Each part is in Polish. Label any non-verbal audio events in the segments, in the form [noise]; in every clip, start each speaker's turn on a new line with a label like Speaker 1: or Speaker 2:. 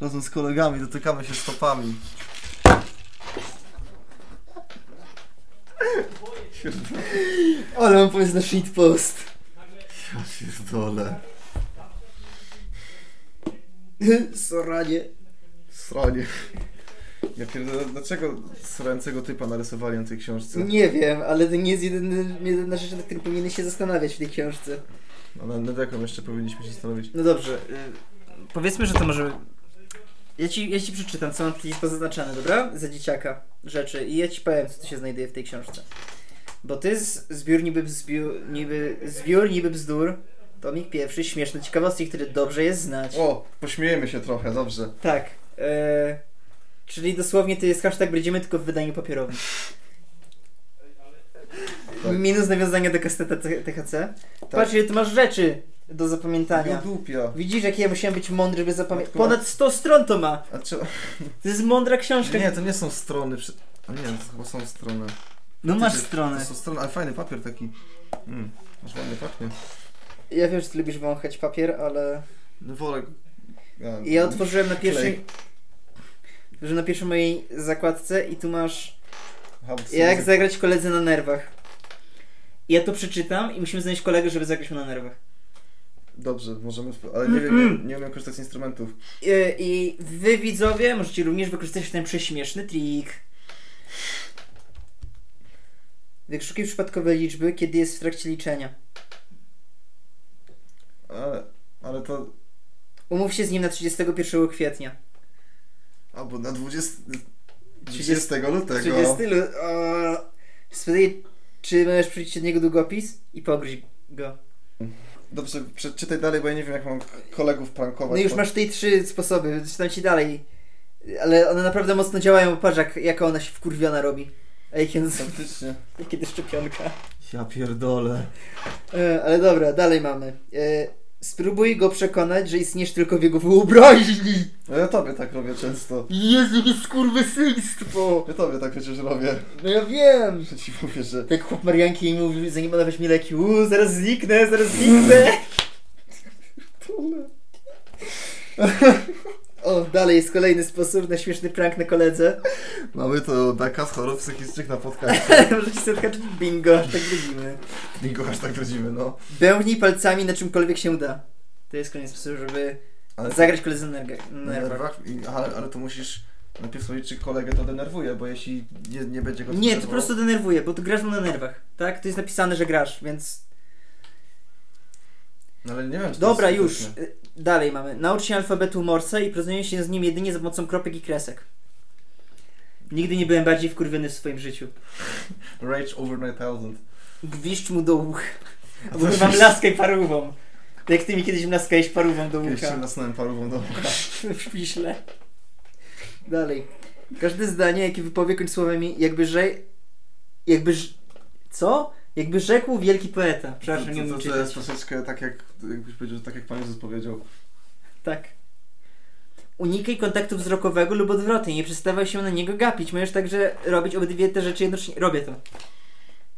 Speaker 1: Razem z kolegami dotykamy się stopami.
Speaker 2: Ale mam pomysł na shitpost.
Speaker 1: Ja pierdolę.
Speaker 2: [laughs] Soranie.
Speaker 1: Sronie. Ja pierdolę, dlaczego srającego typa narysowali na tej książce?
Speaker 2: Nie wiem, ale to nie jest jedyny, jedyna rzecz, nad którą powinny się zastanawiać w tej książce.
Speaker 1: No, na- nad jaką jeszcze powinniśmy się zastanowić?
Speaker 2: No dobrze, y, powiedzmy, że to może... Ja ci, ja ci przeczytam, co mam tutaj pozaznaczane, dobra? Za dzieciaka rzeczy i ja ci powiem, co tu się znajduje w tej książce. Bo ty z zbiór niby, bzbiu, niby, zbiór niby bzdur, tomik pierwszy, śmieszne ciekawostki, które dobrze jest znać.
Speaker 1: O, pośmiejemy się trochę, dobrze.
Speaker 2: Tak. e, czyli dosłownie to jest hashtag będziemy tylko w wydaniu papierowym.
Speaker 1: Tak.
Speaker 2: Minus nawiązania do kasteta T- THC.
Speaker 1: Tak.
Speaker 2: Patrz, ile ty masz rzeczy do zapamiętania.
Speaker 1: Dupia.
Speaker 2: Widzisz, jak ja musiałem być mądry, by zapamiętać.
Speaker 1: Akurat-
Speaker 2: Ponad 100 stron to ma!
Speaker 1: A czy...
Speaker 2: To jest mądra książka.
Speaker 1: Nie, to nie są strony. przy- A nie, to chyba są strony.
Speaker 2: no masz
Speaker 1: To
Speaker 2: stronę.
Speaker 1: są strony, ale fajny papier taki. Mm, aż ładnie pachnie.
Speaker 2: Ja wiem, że ty lubisz wąchać papier, ale...
Speaker 1: No, Worek. A,
Speaker 2: I Ja otworzyłem na pierwszej...
Speaker 1: Klej.
Speaker 2: Że na pierwszej mojej zakładce i tu masz...
Speaker 1: aha, bo to są-
Speaker 2: Jak zagrać koledze na nerwach. Ja to przeczytam i musimy znaleźć kolegę, żeby zagrać mu na nerwach.
Speaker 1: Dobrze, możemy. sp- Ale nie wiem, nie umiem korzystać z instrumentów.
Speaker 2: I, Y, I wy widzowie możecie również wykorzystać ten prześmieszny trik. Wykrzyki przypadkowe liczby, kiedy jest w trakcie liczenia.
Speaker 1: Ale, ale to.
Speaker 2: Umów się z nim na 31 kwietnia.
Speaker 1: Albo na 20.
Speaker 2: 30
Speaker 1: 30 lutego.
Speaker 2: 30 lu... o, Spytaj, czy możesz przyjść od niego długopis i pogryź go.
Speaker 1: Dobrze, przeczytaj dalej, bo ja nie wiem, jak mam k- kolegów
Speaker 2: No
Speaker 1: prankować.
Speaker 2: już
Speaker 1: bo-
Speaker 2: masz tutaj trzy sposoby, czytam ci dalej. Ale one naprawdę mocno działają, patrz jak, jaka ona się wkurwiona robi. A jakie ona są,
Speaker 1: Faktycznie.
Speaker 2: jakie to szczepionka.
Speaker 1: Ja pierdolę.
Speaker 2: E, ale dobra, dalej mamy. E, spróbuj go przekonać, że istniesz tylko w jego wyobraźni.
Speaker 1: No ja tobie tak robię często.
Speaker 2: Jezu, jakie skurwysyństwo.
Speaker 1: Ja tobie tak przecież robię.
Speaker 2: No ja wiem.
Speaker 1: Że ci mówię, że.
Speaker 2: Tak chłop Marianki jej mówił, zanim ona weźmie leki, uuu, zaraz zniknę, zaraz zniknę. O, dalej jest kolejny sposób na śmieszny prank na koledze.
Speaker 1: Mamy to Daka z chorób psychicznych na podcastie.
Speaker 2: [laughs] Możecie sobie odhaczyć bingo, aż tak widzimy.
Speaker 1: Nikogo aż tak rodzimy, no.
Speaker 2: Bębnij palcami na czymkolwiek się uda. To jest koniec sposobu, żeby
Speaker 1: Ale
Speaker 2: zagrać koledze na nerga-
Speaker 1: na
Speaker 2: nerwach.
Speaker 1: nerwach, i- ale, ale to musisz najpierw sobie, czy kolegę to denerwuje, bo jeśli nie, nie będzie go to
Speaker 2: Nie, to po
Speaker 1: denerwowało-
Speaker 2: prostu denerwuje, bo ty grasz mu na nerwach, tak? To jest napisane, że grasz, więc...
Speaker 1: No, ale nie wiem, czy to
Speaker 2: Dobra,
Speaker 1: jest
Speaker 2: już.
Speaker 1: skuteczne.
Speaker 2: Y, Dalej mamy. Naucz się alfabetu Morse i porozumiem się z nim jedynie za pomocą kropek i kresek. Nigdy nie byłem bardziej wkurwiony w swoim życiu.
Speaker 1: Rage over 9000.
Speaker 2: Gwiszcz mu do ucha.
Speaker 1: A
Speaker 2: Bo
Speaker 1: [laughs] to
Speaker 2: mam
Speaker 1: się-
Speaker 2: laskę parówą. Tak jak ty mi kiedyś mlaskałeś parówą do
Speaker 1: Kiedyś się
Speaker 2: ucha.
Speaker 1: nasnąłem parową do ucha.
Speaker 2: [laughs] w piśle. Dalej. Każde zdanie, jakie wypowie, kończy słowami jakby że... Jakby... Ż... Co? Jakby rzekł wielki poeta.
Speaker 1: To-
Speaker 2: Przepraszam, nie
Speaker 1: to,
Speaker 2: umiem
Speaker 1: to, to jest
Speaker 2: czytać.
Speaker 1: troszeczkę tak jak, jakbyś powiedział, tak jak Pan Jezus powiedział.
Speaker 2: Tak. Unikaj kontaktu wzrokowego lub odwrotnie. Nie przestawaj się na niego gapić. Możesz także robić obydwie te rzeczy jednocześnie. Robię to.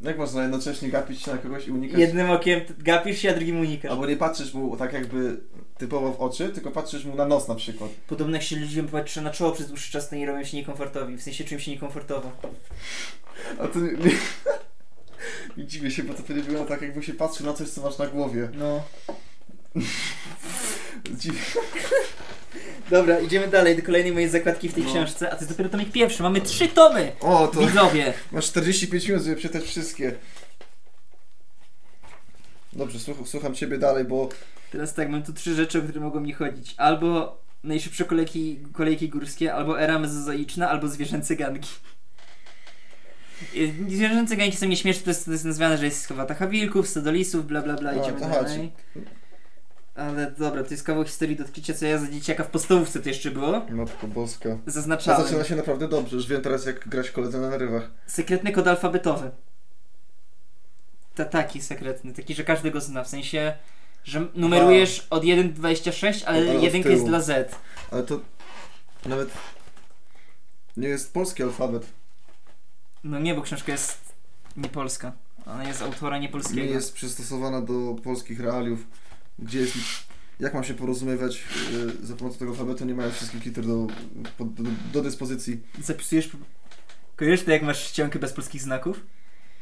Speaker 1: Jak można jednocześnie gapić się na kogoś i unikać?
Speaker 2: Jednym okiem t- gapisz się, a drugim unikasz.
Speaker 1: Albo nie patrzysz mu tak jakby typowo w oczy, tylko patrzysz mu na nos na przykład.
Speaker 2: Podobno jak się ludziom patrzy na czoło przez dłuższy czas, to nie robią się niekomfortowi. W sensie czują się niekomfortowo.
Speaker 1: A to nie... nie... nie Dziwię się, bo to wtedy wygląda tak jakby się patrzył na coś, co masz na głowie.
Speaker 2: No.
Speaker 1: Dziwię.
Speaker 2: Dobra, idziemy dalej do kolejnej mojej zakładki w tej
Speaker 1: No.
Speaker 2: książce. A to jest dopiero tomik pierwszy. Mamy trzy tomy!
Speaker 1: O, to...
Speaker 2: Widzowie!
Speaker 1: Masz 45 minut, żeby przeczytać wszystkie. Dobrze, słuch- słucham ciebie dalej, bo
Speaker 2: Teraz tak, mam tu trzy rzeczy, o które mogą mi chodzić. Albo najszybsze kolejki, kolejki górskie, albo era mezozoiczna, albo zwierzę cyganki. I Zwierzę cyganki są nieśmieszne, to jest, to jest nazwane, że jest z chowatach wilków, sadolisów, bla bla bla,
Speaker 1: A, No,
Speaker 2: idziemy
Speaker 1: to
Speaker 2: dalej.
Speaker 1: chodzi.
Speaker 2: Ale dobra, to jest kawał historii do odkrycia, co ja za dzieciaka w podstawówce to jeszcze było.
Speaker 1: Matko Boska. To
Speaker 2: Zaznaczałem.
Speaker 1: zaczyna się naprawdę dobrze, już wiem teraz jak grać koledze na nerwach.
Speaker 2: Sekretny kod alfabetowy. Ta, taki sekretny, taki, że każdy go zna, w sensie, że numerujesz od 1 do 26, ale
Speaker 1: Ale od
Speaker 2: jedynka jest
Speaker 1: tyłu.
Speaker 2: dla Z.
Speaker 1: Ale to nawet nie jest polski alfabet.
Speaker 2: No nie, bo książka jest niepolska. Ona No jest autora
Speaker 1: Nie
Speaker 2: niepolskiego.
Speaker 1: jest przystosowana do polskich realiów, gdzie jest jak mam się porozumiewać y, za pomocą tego alfabetu, nie mają wszystkich liter do, pod- do, do dyspozycji.
Speaker 2: Zapisujesz... Kojarzysz to, jak masz ściankę bez polskich znaków?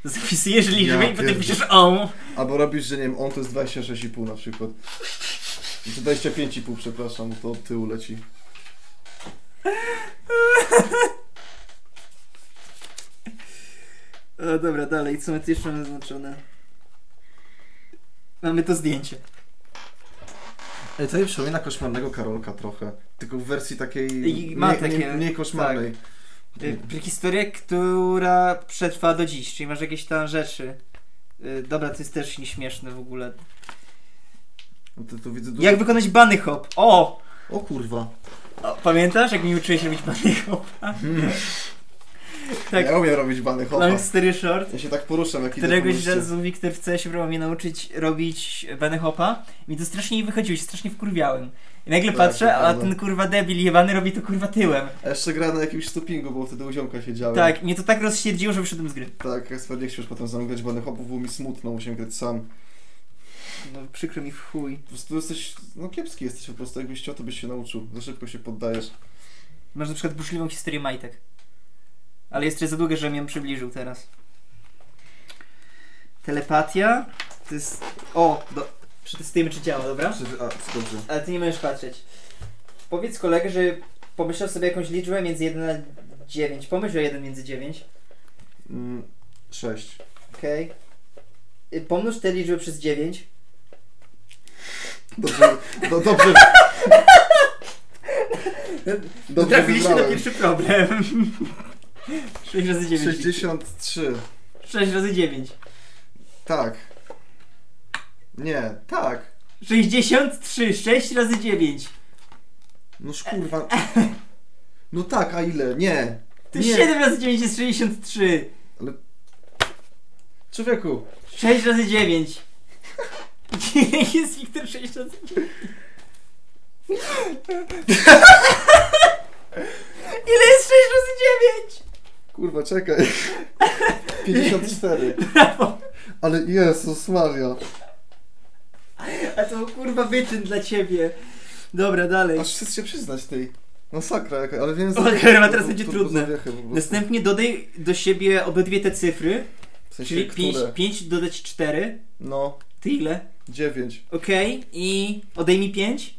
Speaker 2: To zapisujesz liczbę i potem
Speaker 1: pierdolę.
Speaker 2: piszesz on.
Speaker 1: Albo robisz, że nie wiem, on to jest 26,5 na przykład. Znaczy Czy 25,5, przepraszam, to od tyłu leci.
Speaker 2: O, E, dobra, dalej, co my tu jeszcze mamy zaznaczone? Mamy to zdjęcie.
Speaker 1: Ale to mi przypomina koszmarnego Karolka trochę. Tylko w wersji takiej
Speaker 2: I ma
Speaker 1: nie,
Speaker 2: takie-
Speaker 1: nie, nie koszmarnej.
Speaker 2: Y, Prehistoria, która przetrwa do dziś, czyli masz jakieś tam rzeczy. Y, Dobra, to jest też nieśmieszne w ogóle.
Speaker 1: No To, to widzę dużo...
Speaker 2: Jak wykonać bunny hop? O!
Speaker 1: O kurwa.
Speaker 2: o pamiętasz, jak mi uczyłeś robić bunny hop? Tak.
Speaker 1: Ja umiem robić bany hopa.
Speaker 2: [laughs] Long story short.
Speaker 1: Ja się tak poruszam, jak idę po
Speaker 2: Któregoś
Speaker 1: mieście.
Speaker 2: razu Wiktor w CS próbował mnie nauczyć robić bunny hopa. Mi to strasznie nie wychodziło, się strasznie wkurwiałem. I nagle
Speaker 1: Tak,
Speaker 2: patrzę, a
Speaker 1: dokładnie.
Speaker 2: ten kurwa debil jebany robi to kurwa tyłem.
Speaker 1: A jeszcze gra na jakimś stoppingu, bo wtedy u ziomka siedziałem.
Speaker 2: Tak, mnie to tak rozsierdziło, że wyszedłem z gry.
Speaker 1: Tak, Kasper nie chciał już potem zamykać bany hopów, było mi smutno, musiałem grać sam.
Speaker 2: No przykro mi w chuj.
Speaker 1: Po prostu jesteś, no kiepski jesteś po prostu, jakbyś chciał, to byś się nauczył. Za szybko się poddajesz.
Speaker 2: Masz na przykład burzliwą historię majtek. Ale jest trochę za długie, żebym ją przybliżył teraz. Telepatia to jest... O! Do... Przetestujemy, czy działa, dobra?
Speaker 1: Czy- A, dobrze.
Speaker 2: Ale ty nie możesz patrzeć. Powiedz kolegę, że pomyślał sobie jakąś liczbę między 1 a 9. Pomyśl o 1 między 9.
Speaker 1: Mm, sześć.
Speaker 2: Okej. Y, Pomnóż tę liczbę przez 9.
Speaker 1: Dobrze, do, [laughs] dobrze. dobrze
Speaker 2: Trafiliśmy No na
Speaker 1: wybrałem.
Speaker 2: pierwszy [laughs] problem. 6 razy 9.
Speaker 1: 63.
Speaker 2: 6 razy 9.
Speaker 1: Tak. Nie, tak.
Speaker 2: 63. 6 razy 9.
Speaker 1: No szkurwa. No tak, a ile? Nie.
Speaker 2: To
Speaker 1: nie.
Speaker 2: 7 razy 9 jest 63.
Speaker 1: Człowieku.
Speaker 2: 6 razy 9. [laughs] Jest Wiktor 6 razy 9. [laughs] Ile jest 6 razy 9?
Speaker 1: Kurwa,
Speaker 2: [laughs]
Speaker 1: czekaj. 54.
Speaker 2: Brawo.
Speaker 1: Ale Jezus Maria.
Speaker 2: A to był, kurwa wyczyn dla ciebie. Dobra, dalej.
Speaker 1: Aż wstyd się przyznać tej. Masakra jaka, ale wiem...
Speaker 2: O, kurwa, teraz będzie trudne.
Speaker 1: Następne.
Speaker 2: Następnie dodaj do siebie obydwie te cyfry,
Speaker 1: W sensie,
Speaker 2: czyli 5,
Speaker 1: które?
Speaker 2: 5 dodać 4.
Speaker 1: No,
Speaker 2: Ty ile?
Speaker 1: 9,
Speaker 2: Okej. I odejmij 5.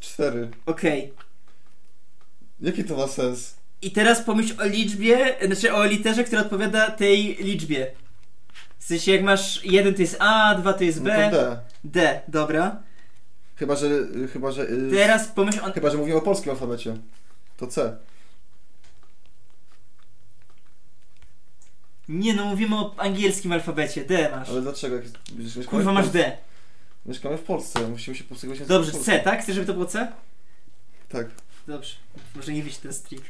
Speaker 1: 4.
Speaker 2: Okej.
Speaker 1: Jaki to ma sens?
Speaker 2: I teraz pomyśl o liczbie, znaczy o literze, która odpowiada tej liczbie. W sensie jak masz 1 to jest A, 2 to jest
Speaker 1: No
Speaker 2: B,
Speaker 1: to D.
Speaker 2: D, dobra.
Speaker 1: Chyba, że... y, Chyba, że... y,
Speaker 2: Teraz pomyśl o...
Speaker 1: Chyba, że mówimy o polskim alfabecie. To C.
Speaker 2: Nie no, mówimy o angielskim alfabecie, D masz.
Speaker 1: Ale dlaczego? Jak jest- mieszkamy
Speaker 2: Kurwa
Speaker 1: w
Speaker 2: masz
Speaker 1: Polsce-
Speaker 2: D.
Speaker 1: Mieszkamy w Polsce, musimy się posługiwać językiem
Speaker 2: Dobrze,
Speaker 1: polskim.
Speaker 2: C, tak? Chcesz, żeby to było C?
Speaker 1: Tak.
Speaker 2: Dobrze, może nie wyjść ten strik.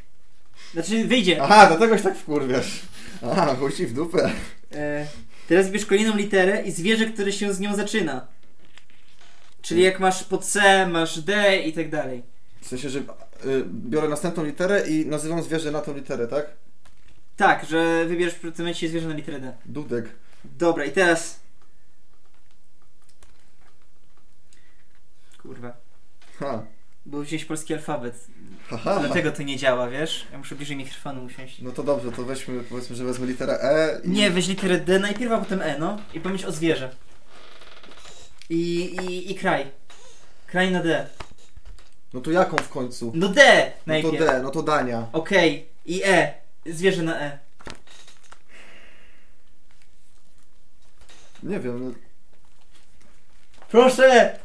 Speaker 2: Znaczy wyjdzie.
Speaker 1: Aha, dlatego się tak wkurwiasz. Aha, chuj ci w dupę.
Speaker 2: E, teraz bierz kolejną literę i zwierzę, które się z nią zaczyna. Czyli jak masz po C, masz D i tak dalej.
Speaker 1: W sensie, że y, biorę następną literę i nazywam zwierzę na tą literę, tak?
Speaker 2: Tak, że wybierzesz w tym momencie zwierzę na literę D.
Speaker 1: Dudek.
Speaker 2: Dobra, i teraz. Kurwa.
Speaker 1: Ha.
Speaker 2: Był gdzieś polski alfabet.
Speaker 1: Haha.
Speaker 2: Dlatego to nie działa, wiesz? Ja muszę bliżej mikrofonu usiąść.
Speaker 1: No to dobrze, to weźmy, powiedzmy, że wezmę literę E i...
Speaker 2: Nie, weź literę D najpierw, a potem E, no. I pomyśl o zwierzę. I, i, I kraj. Kraj na D.
Speaker 1: No to jaką w końcu?
Speaker 2: No D
Speaker 1: No to
Speaker 2: najpierw.
Speaker 1: D, no to Dania.
Speaker 2: Okej. I E. Zwierzę na E.
Speaker 1: Nie wiem, no...
Speaker 2: Proszę!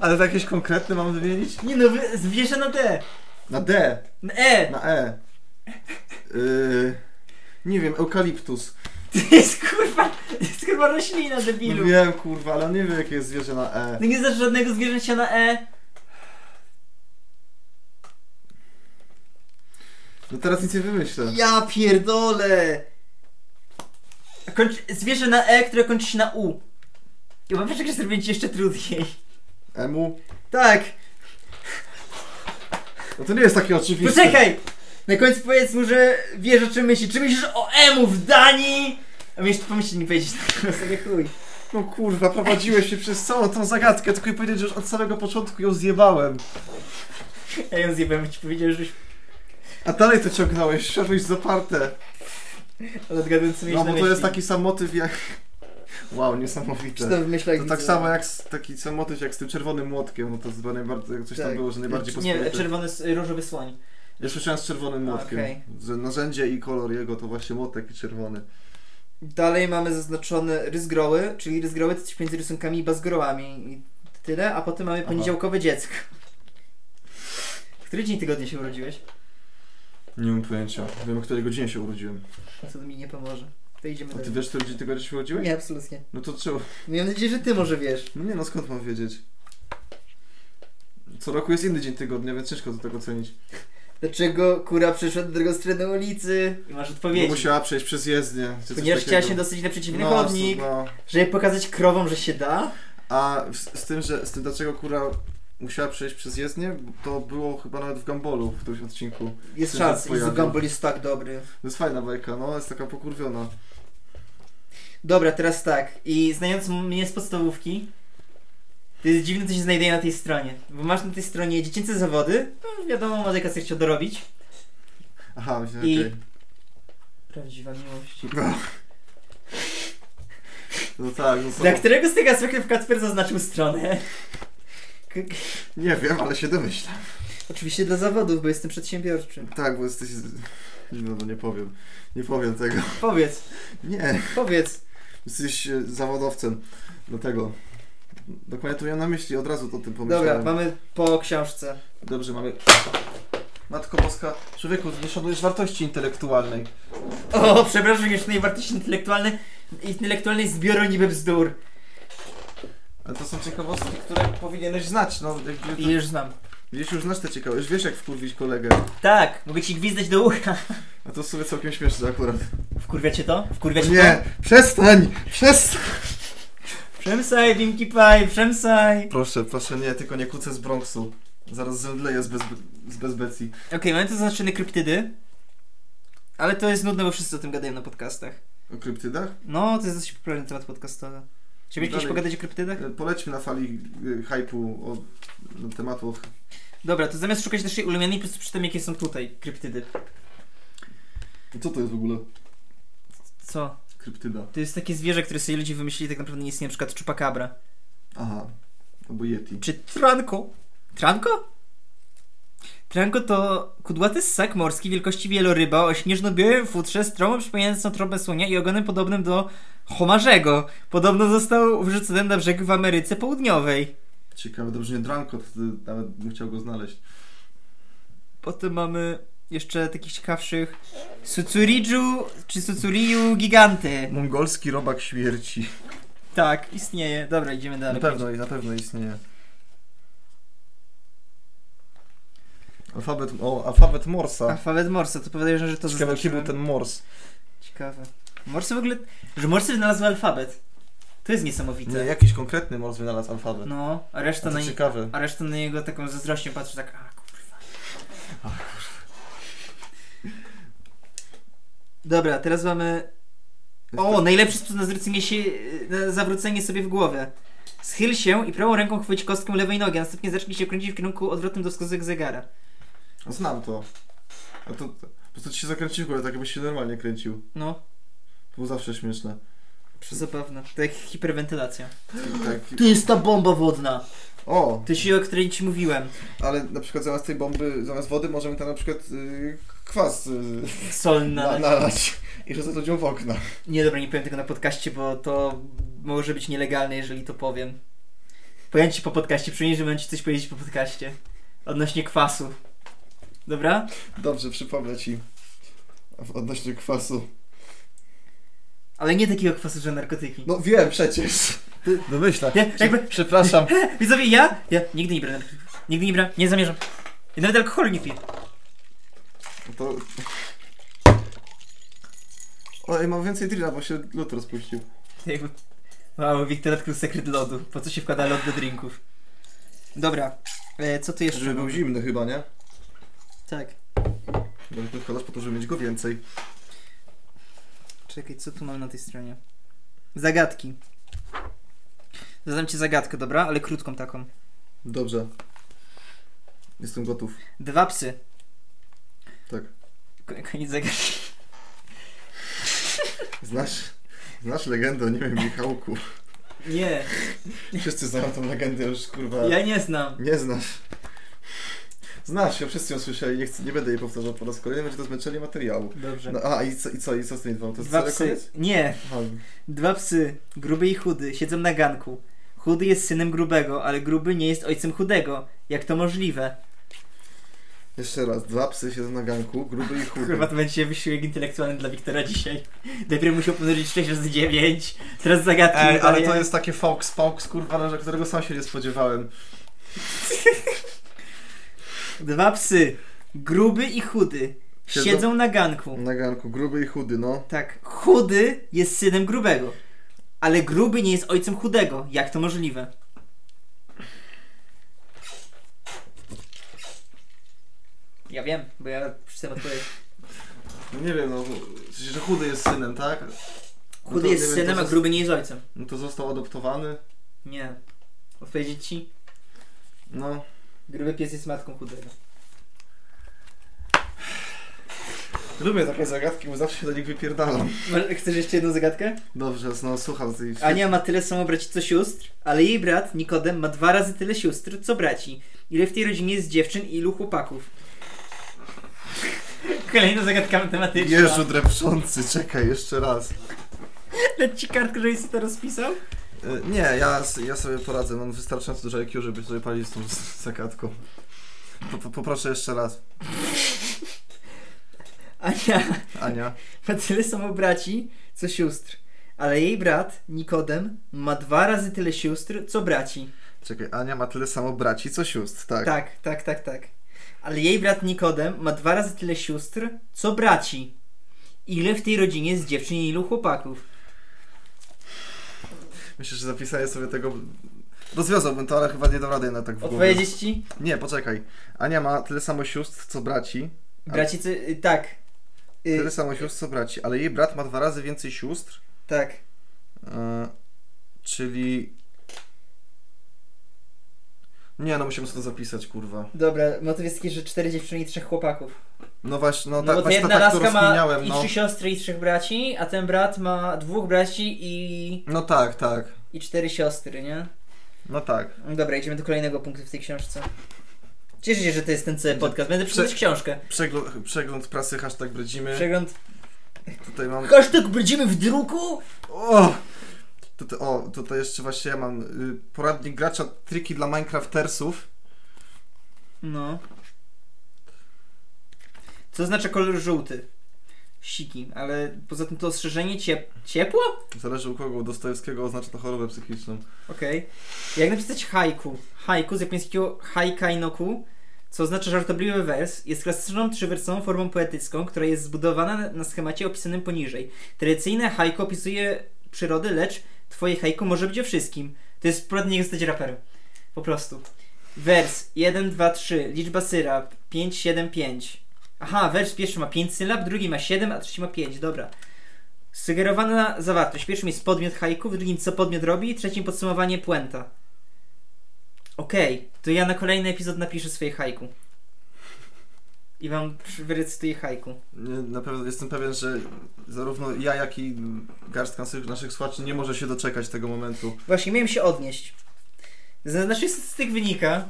Speaker 1: Ale to jakieś konkretne mam wymienić?
Speaker 2: Nie no, wy- zwierzę na D.
Speaker 1: Na D,
Speaker 2: Na E. [laughs]
Speaker 1: na E. Yy... Nie wiem, eukaliptus.
Speaker 2: To jest kurwa, to jest kurwa roślina,
Speaker 1: No
Speaker 2: debilu.
Speaker 1: wiem, kurwa, ale nie wiem, jakie jest zwierzę na E.
Speaker 2: No nie znasz żadnego zwierzęcia na E.
Speaker 1: No teraz nic nie wymyślę.
Speaker 2: Ja pierdolę! Kończ... Zwierzę na E, które kończy się na U. Ja mam wrażenie, że zrobię ci jeszcze trudniej.
Speaker 1: Emu?
Speaker 2: Tak!
Speaker 1: No to nie jest takie oczywiste.
Speaker 2: Poczekaj! Na końcu powiedz mu, że wiesz o czym myśli. Czy myślisz o Emu w Danii? A miałeś to pomyśleć, nie powiedzieć tak sobie chuj.
Speaker 1: No kurwa, prowadziłeś się przez całą tą zagadkę, tylko i powiedzieć, że już od samego początku ją zjebałem.
Speaker 2: Ja ją zjebałem i ci powiedziałem, żebyś
Speaker 1: A dalej to ciągnąłeś, szedłeś zaparte.
Speaker 2: odgadłem co mieć
Speaker 1: No
Speaker 2: na
Speaker 1: bo to
Speaker 2: myśli.
Speaker 1: jest taki sam motyw jak... Wow, niesamowite.
Speaker 2: Czy to wymyślaj
Speaker 1: To tak samo jak z, taki sam motyw jak z tym czerwonym młotkiem, no to chyba najbardziej, coś
Speaker 2: Tak.
Speaker 1: tam było, że najbardziej
Speaker 2: Nie,
Speaker 1: pospolite.
Speaker 2: czerwony, s- różowy słoń.
Speaker 1: Ja słyszałem z czerwonym
Speaker 2: A,
Speaker 1: młotkiem,
Speaker 2: okej.
Speaker 1: że narzędzie i kolor jego to właśnie młotek i czerwony.
Speaker 2: Dalej mamy zaznaczone rysgroły, czyli rysgroły to coś między rysunkami i bazgrołami i tyle, a potem mamy
Speaker 1: Aha.
Speaker 2: poniedziałkowe dziecko. W który dzień tygodnia się urodziłeś?
Speaker 1: Nie mam pojęcia, wiem o której godzinie się urodziłem.
Speaker 2: Co mi nie pomoże. To idziemy
Speaker 1: A ty
Speaker 2: dalej.
Speaker 1: wiesz, który dzień tego się urodziłeś?
Speaker 2: Nie, absolutnie.
Speaker 1: No to trzeba...
Speaker 2: Miałem nadzieję, że ty może wiesz.
Speaker 1: No nie no, skąd mam wiedzieć? Co roku jest inny dzień tygodnia, więc ciężko do tego cenić.
Speaker 2: No Dlaczego kura przeszła do drugą stronę ulicy? I masz
Speaker 1: Bo
Speaker 2: odpowiedzi.
Speaker 1: musiała przejść przez jezdnię. czy coś
Speaker 2: Ponieważ chciała
Speaker 1: takiego.
Speaker 2: się dosyć na przeciwny
Speaker 1: No,
Speaker 2: chodnik,
Speaker 1: No,
Speaker 2: żeby pokazać krowom, że się da.
Speaker 1: A w- z tym, że z tym dlaczego kura musiała przejść przez jezdnię, to było chyba nawet w Gambolu w którymś odcinku.
Speaker 2: Jest
Speaker 1: Ten
Speaker 2: szans,
Speaker 1: pojawił.
Speaker 2: Jezu, Gumball jest tak dobry.
Speaker 1: To jest fajna bajka, no jest taka pokurwiona.
Speaker 2: Dobra, teraz tak. I znając mnie z podstawówki, to jest dziwne, co się znajduje na tej stronie. Bo masz na tej stronie dziecięce zawody, no wiadomo, Madeka chce chciał dorobić.
Speaker 1: Aha, myślałem,
Speaker 2: I-
Speaker 1: okej.
Speaker 2: Prawdziwa miłość.
Speaker 1: No. No tak, no co?
Speaker 2: Dla którego z tych aspektów Kacper zaznaczył stronę? [laughs] K- k-
Speaker 1: Nie wiem, ale się domyślam.
Speaker 2: Oczywiście dla zawodów, bo jestem przedsiębiorczy.
Speaker 1: Tak, bo jesteś... No, no nie powiem. Nie powiem tego.
Speaker 2: Powiedz,
Speaker 1: Nie,
Speaker 2: powiedz.
Speaker 1: jesteś e, zawodowcem. Dlatego. Dokładnie to ja na myśli, od razu to o tym pomyślałem.
Speaker 2: Dobra, mamy po książce.
Speaker 1: Dobrze, mamy... Matko Boska, człowieku, nie szanujesz wartości intelektualnej.
Speaker 2: O, przepraszam, już najwartości intelektualne, intelektualnej zbioru niby bzdur.
Speaker 1: Ale to są ciekawostki, które powinieneś znać, no jakby
Speaker 2: I
Speaker 1: to...
Speaker 2: już znam.
Speaker 1: Wiesz, już znasz te ciekawostki, wiesz jak wkurwić kolegę.
Speaker 2: Tak, mogę ci gwizdać do ucha.
Speaker 1: A to sobie całkiem śmieszne akurat.
Speaker 2: Wkurwia cię to? Wkurwia cię to?
Speaker 1: Nie, przestań! Przestań!
Speaker 2: Przemsaj, Dinkie Pie, przemsaj.
Speaker 1: Proszę, proszę, nie, tylko nie kucę z Bronxu. Zaraz zemdleję z, bez, z bezbecji.
Speaker 2: Okej, mamy tu zaznaczone kryptydy. Ale to jest nudne, bo wszyscy o tym gadają na podcastach.
Speaker 1: O kryptydach?
Speaker 2: No, to jest dosyć popularny temat podcastowy. Chciałbyś kiedyś
Speaker 1: Dalej.
Speaker 2: pogadać o kryptydach?
Speaker 1: E, Polećmy na fali y, hypu od no, tematu od...
Speaker 2: Dobra, to zamiast szukać naszej ulubionej, po prostu przeczytam jakie są tutaj kryptydy.
Speaker 1: Co to jest w ogóle
Speaker 2: Co?
Speaker 1: kryptyda?
Speaker 2: To jest takie zwierzę, które sobie ludzie wymyślili, tak naprawdę nie istnieje, na przykład czupakabra.
Speaker 1: Aha, albo yeti.
Speaker 2: Czy tranko? Tranko? Tranko to kudłaty ssak morski wielkości wieloryba o śnieżno-białym futrze, stromą przypominającą trąbę słonia i ogonem podobnym do homarzego. Podobno został wrzucony na brzeg w Ameryce Południowej.
Speaker 1: Ciekawe, dobrze nie dranko, to wtedy nawet bym chciał go znaleźć.
Speaker 2: Potem mamy jeszcze takich ciekawszych Sucuriju czy Sucuriu giganty.
Speaker 1: Mongolski robak śmierci.
Speaker 2: Tak, istnieje. Dobra, idziemy dalej.
Speaker 1: Na pewno, na pewno istnieje. Alfabet, o, alfabet Morsa.
Speaker 2: Alfabet Morse, to podejrzewam, że to
Speaker 1: Ciekawe, jaki był
Speaker 2: zaznaczyłem.
Speaker 1: ten Mors.
Speaker 2: Ciekawe. Morse w ogóle... Że Morse wynalazł alfabet. To jest niesamowite.
Speaker 1: Nie, jakiś konkretny Mors wynalazł alfabet.
Speaker 2: tak. No, a
Speaker 1: A
Speaker 2: reszta,
Speaker 1: to
Speaker 2: na, nie,
Speaker 1: ciekawe.
Speaker 2: a reszta na jego taką zazdrością patrzy tak, a kurwa. Dobra, teraz mamy... O, najlepszy sposób na zwrócenie, się, na zawrócenie sobie w głowę. Schyl się i prawą ręką chwyć kostkę lewej nogi, a następnie zacznij się kręcić w kierunku odwrotnym do wskazówek zegara.
Speaker 1: No, Znam to. A to, to po prostu ci się zakręcił, ale tak jakbyś się normalnie kręcił.
Speaker 2: No,
Speaker 1: To było zawsze śmieszne.
Speaker 2: zabawne. To jak hiperwentylacja.
Speaker 1: Tak.
Speaker 2: To jest ta bomba wodna.
Speaker 1: O,
Speaker 2: To się, o której ci mówiłem.
Speaker 1: ale na przykład zamiast tej bomby, zamiast wody możemy tam na przykład y, kwas y,
Speaker 2: Solna.
Speaker 1: na, nalać i rzucać ludziom w okna.
Speaker 2: Nie, dobra, nie powiem tego na podcaście, bo to może być nielegalne, jeżeli to powiem. Powiem ci po podcaście, przynajmniej, że będę ci coś powiedzieć po podcaście. Odnośnie kwasu. Dobra?
Speaker 1: Dobrze, przypomnę ci w- odnośnie kwasu.
Speaker 2: Ale nie takiego kwasu, że narkotyki.
Speaker 1: No wiem przecież. Domyślam.
Speaker 2: Nie, jakby-
Speaker 1: Przepraszam.
Speaker 2: Widzowie, ja? Ja nigdy nie biorę narkotyków. Nigdy nie brałem, nie zamierzam. I nawet alkoholu nie piję.
Speaker 1: To... Oj, mam więcej drilla, bo się lód rozpuścił.
Speaker 2: To jakby... Wow, Wiktor odkrył sekret lodu. Po co się wkłada lod do drinków? Dobra, e, co tu jeszcze?
Speaker 1: Żeby był
Speaker 2: mamy?
Speaker 1: zimny chyba, nie?
Speaker 2: Tak.
Speaker 1: Nawet nie wkładasz po to, żeby mieć go więcej.
Speaker 2: Czekaj, co tu mam na tej stronie? Zagadki. Zadam ci zagadkę, dobra? Ale krótką taką.
Speaker 1: Dobrze. Jestem gotów.
Speaker 2: Dwa psy.
Speaker 1: Tak.
Speaker 2: Ko- Koniec zagadki.
Speaker 1: Znasz, znasz legendę o niemym Michałku.
Speaker 2: Nie,
Speaker 1: Wszyscy znają tą legendę już, kurwa.
Speaker 2: ja nie znam.
Speaker 1: Nie znasz. Znasz ją, wszyscy ją słyszeli, nie, chcę, nie będę jej powtarzał po raz kolejny, będzie to zmęczenie materiału.
Speaker 2: Dobrze.
Speaker 1: No a, i co, i co, i co z tymi dwoma? To jest
Speaker 2: Tak.
Speaker 1: cały
Speaker 2: Dwa psy.
Speaker 1: koniec?
Speaker 2: Nie.
Speaker 1: Aha,
Speaker 2: Dwa psy, gruby i chudy, siedzą na ganku. Chudy jest synem grubego, ale gruby nie jest ojcem chudego. Jak to możliwe?
Speaker 1: jeszcze raz, dwa psy siedzą na ganku, gruby i chudy.
Speaker 2: Kurwa, to będzie wysiłek intelektualny dla Wiktora dzisiaj. Najpierw musiał pomnożyć 6 razy 9, teraz zagadki.
Speaker 1: Ej, ale
Speaker 2: dodaje.
Speaker 1: to jest takie fałks, fałks, kurwa, że którego sam się nie spodziewałem.
Speaker 2: Dwa psy, gruby i chudy,
Speaker 1: Siedzą-
Speaker 2: siedzą, na ganku.
Speaker 1: Na ganku, gruby i chudy, no.
Speaker 2: Tak, chudy jest synem grubego, ale gruby nie jest ojcem chudego. Jak to możliwe? Ja wiem, bo ja przeczytałem odpowiedź.
Speaker 1: No nie wiem, no, w sensie, że chudy jest synem, tak? No
Speaker 2: Chudy
Speaker 1: to nie
Speaker 2: jest
Speaker 1: wiem,
Speaker 2: synem,
Speaker 1: to
Speaker 2: a
Speaker 1: zos-
Speaker 2: gruby nie jest ojcem.
Speaker 1: No to został adoptowany,
Speaker 2: Nie. Odpowiedzieć ci?
Speaker 1: no.
Speaker 2: Gruby pies jest matką chudego.
Speaker 1: Lubię takie zagadki, bo zawsze się do nich wypierdalam.
Speaker 2: Chcesz jeszcze jedną zagadkę?
Speaker 1: Dobrze, no słucham tej...
Speaker 2: Ania ma tyle samo braci co sióstr, ale jej brat, Nikodem, ma dwa razy tyle sióstr co braci. Ile w tej rodzinie jest dziewczyn i ilu chłopaków? [laughs] Kolejna zagadka matematyczna.
Speaker 1: Jeżu drepczący, czekaj, jeszcze raz.
Speaker 2: Leć ci kartkę, żebyś sobie to rozpisał?
Speaker 1: E, Nie, ja, s- ja sobie poradzę, mam wystarczająco dużo IQ, żeby sobie palić z tą z- zagadką. Po, po, poproszę jeszcze raz,
Speaker 2: Ania
Speaker 1: Ania.
Speaker 2: ma tyle samo braci co sióstr, ale jej brat, Nikodem, ma dwa razy tyle sióstr co braci.
Speaker 1: Czekaj, Ania ma tyle samo braci co sióstr, tak.
Speaker 2: Tak, tak, tak, tak. Ale jej brat Nikodem ma dwa razy tyle sióstr, co braci. Ile w tej rodzinie jest dziewczyn i ilu chłopaków?
Speaker 1: Myślę, że zapisanie sobie tego... Rozwiązałbym to, ale chyba nie dam rady na tak w głowie.
Speaker 2: Odpowiedzieć ci?
Speaker 1: Nie, poczekaj. Ania ma tyle samo sióstr co braci,
Speaker 2: Braci, co, y, tak. Y,
Speaker 1: tyle samo sióstr co braci, ale jej brat ma dwa razy więcej sióstr,
Speaker 2: tak.
Speaker 1: e, czyli... Nie, no musimy sobie to zapisać, kurwa.
Speaker 2: Dobra, motyw jest taki, że cztery dziewczyny i trzech chłopaków.
Speaker 1: No właśnie, no,
Speaker 2: No,
Speaker 1: tak,
Speaker 2: bo ta
Speaker 1: właśnie
Speaker 2: jedna
Speaker 1: tak to
Speaker 2: laska ma
Speaker 1: rozkminiałem,
Speaker 2: i
Speaker 1: no.
Speaker 2: trzy siostry i trzech braci, a ten brat ma dwóch braci i,
Speaker 1: No tak, tak.
Speaker 2: i cztery siostry, nie?
Speaker 1: No tak.
Speaker 2: No Dobra, idziemy do kolejnego punktu w tej książce. Cieszę się, że to jest ten cały podcast. Będę przeczytać książkę.
Speaker 1: Przegląd, przegląd prasy, hashtag bredzimy.
Speaker 2: Przegląd.
Speaker 1: tutaj mam...
Speaker 2: Hashtag będziemy w druku?
Speaker 1: O! Tutaj, o, tutaj jeszcze właśnie ja mam y, poradnik gracza, triki dla Minecraftersów.
Speaker 2: No. Co oznacza kolor żółty? Siki, ale poza tym to ostrzeżenie ciep ciepło?
Speaker 1: Zależy u kogo, u Dostojewskiego oznacza to chorobę psychiczną.
Speaker 2: Okej. Jak napisać haiku? Haiku z japońskiego haikainoku, co oznacza żartobliwy wers, jest klasyczną trzywersową formą poetycką, która jest zbudowana na- na schemacie opisanym poniżej. Tradycyjne haiku opisuje przyrodę, lecz twoje haiku może być o wszystkim. To jest poradnie jak zostać raperem. Po prostu. Wers 1, 2, 3, liczba syrab 5, 7, 5. Aha, wers pierwszy ma 5 sylab, drugi ma 7, a trzeci ma 5, dobra. Sugerowana zawartość. W Pierwszym jest podmiot haiku, w drugim co podmiot robi, w trzecim podsumowanie puenta. Okej, to ja na kolejny epizod napiszę swoje haiku. I wam przy- wyrecytuję haiku.
Speaker 1: Nie, Na pewno jestem pewien, że zarówno ja, jak i garstka naszych, naszych słuchaczy nie może się doczekać tego momentu.
Speaker 2: Właśnie, miałem się odnieść. Z naszych statystyk wynika,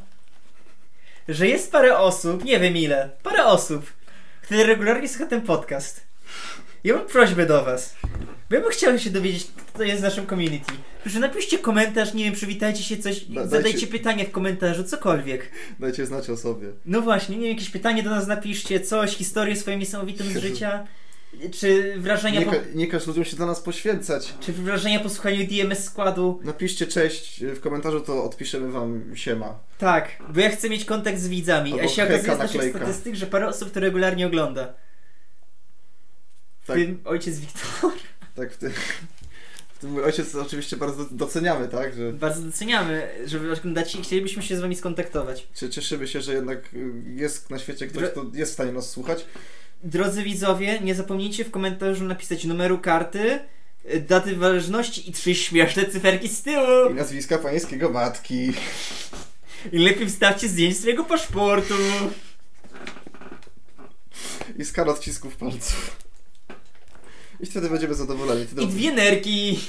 Speaker 2: że jest parę osób, nie wiem ile, parę osób, które regularnie słucha ten podcast. Ja mam prośbę do was. Bo ja bym chciał się dowiedzieć, kto jest w naszym community. Proszę, napiszcie komentarz, nie wiem, przywitajcie się coś,
Speaker 1: Da-
Speaker 2: zadajcie
Speaker 1: dajcie-
Speaker 2: pytanie w komentarzu, cokolwiek.
Speaker 1: Dajcie znać o sobie.
Speaker 2: No właśnie, nie wiem, jakieś pytanie do nas napiszcie, coś, historię swoją niesamowitą
Speaker 1: [laughs]
Speaker 2: z życia, czy wrażenia,
Speaker 1: Nie,
Speaker 2: No po,
Speaker 1: ka- nie każ ludziom się dla nas poświęcać.
Speaker 2: czy wrażenia po słuchaniu DMS składu.
Speaker 1: Napiszcie cześć y, w komentarzu, to odpiszemy wam siema.
Speaker 2: Tak, bo ja chcę mieć kontakt z widzami, a
Speaker 1: Albo
Speaker 2: się
Speaker 1: hejka
Speaker 2: okazuje z naszych
Speaker 1: naklejka.
Speaker 2: statystyk, że parę osób to regularnie ogląda. W
Speaker 1: Tak.
Speaker 2: tym ojciec Wiktor. [laughs]
Speaker 1: Tak, w tym, w tym mój ojciec oczywiście bardzo doceniamy, tak? Że
Speaker 2: Bardzo doceniamy, że wy oglądacie i chcielibyśmy się z wami skontaktować.
Speaker 1: cie- cieszymy się, że jednak y, jest na świecie ktoś,
Speaker 2: Dro-
Speaker 1: kto jest w stanie nas słuchać.
Speaker 2: Drodzy widzowie, nie zapomnijcie w komentarzu napisać numeru karty, y, daty ważności i trzy śmieszne cyferki z tyłu.
Speaker 1: I nazwiska pańskiego matki.
Speaker 2: I lepiej wstawcie zdjęcie swojego paszportu.
Speaker 1: I skala odcisków palców. I wtedy będziemy zadowoleni. Ty
Speaker 2: I dwie nerki.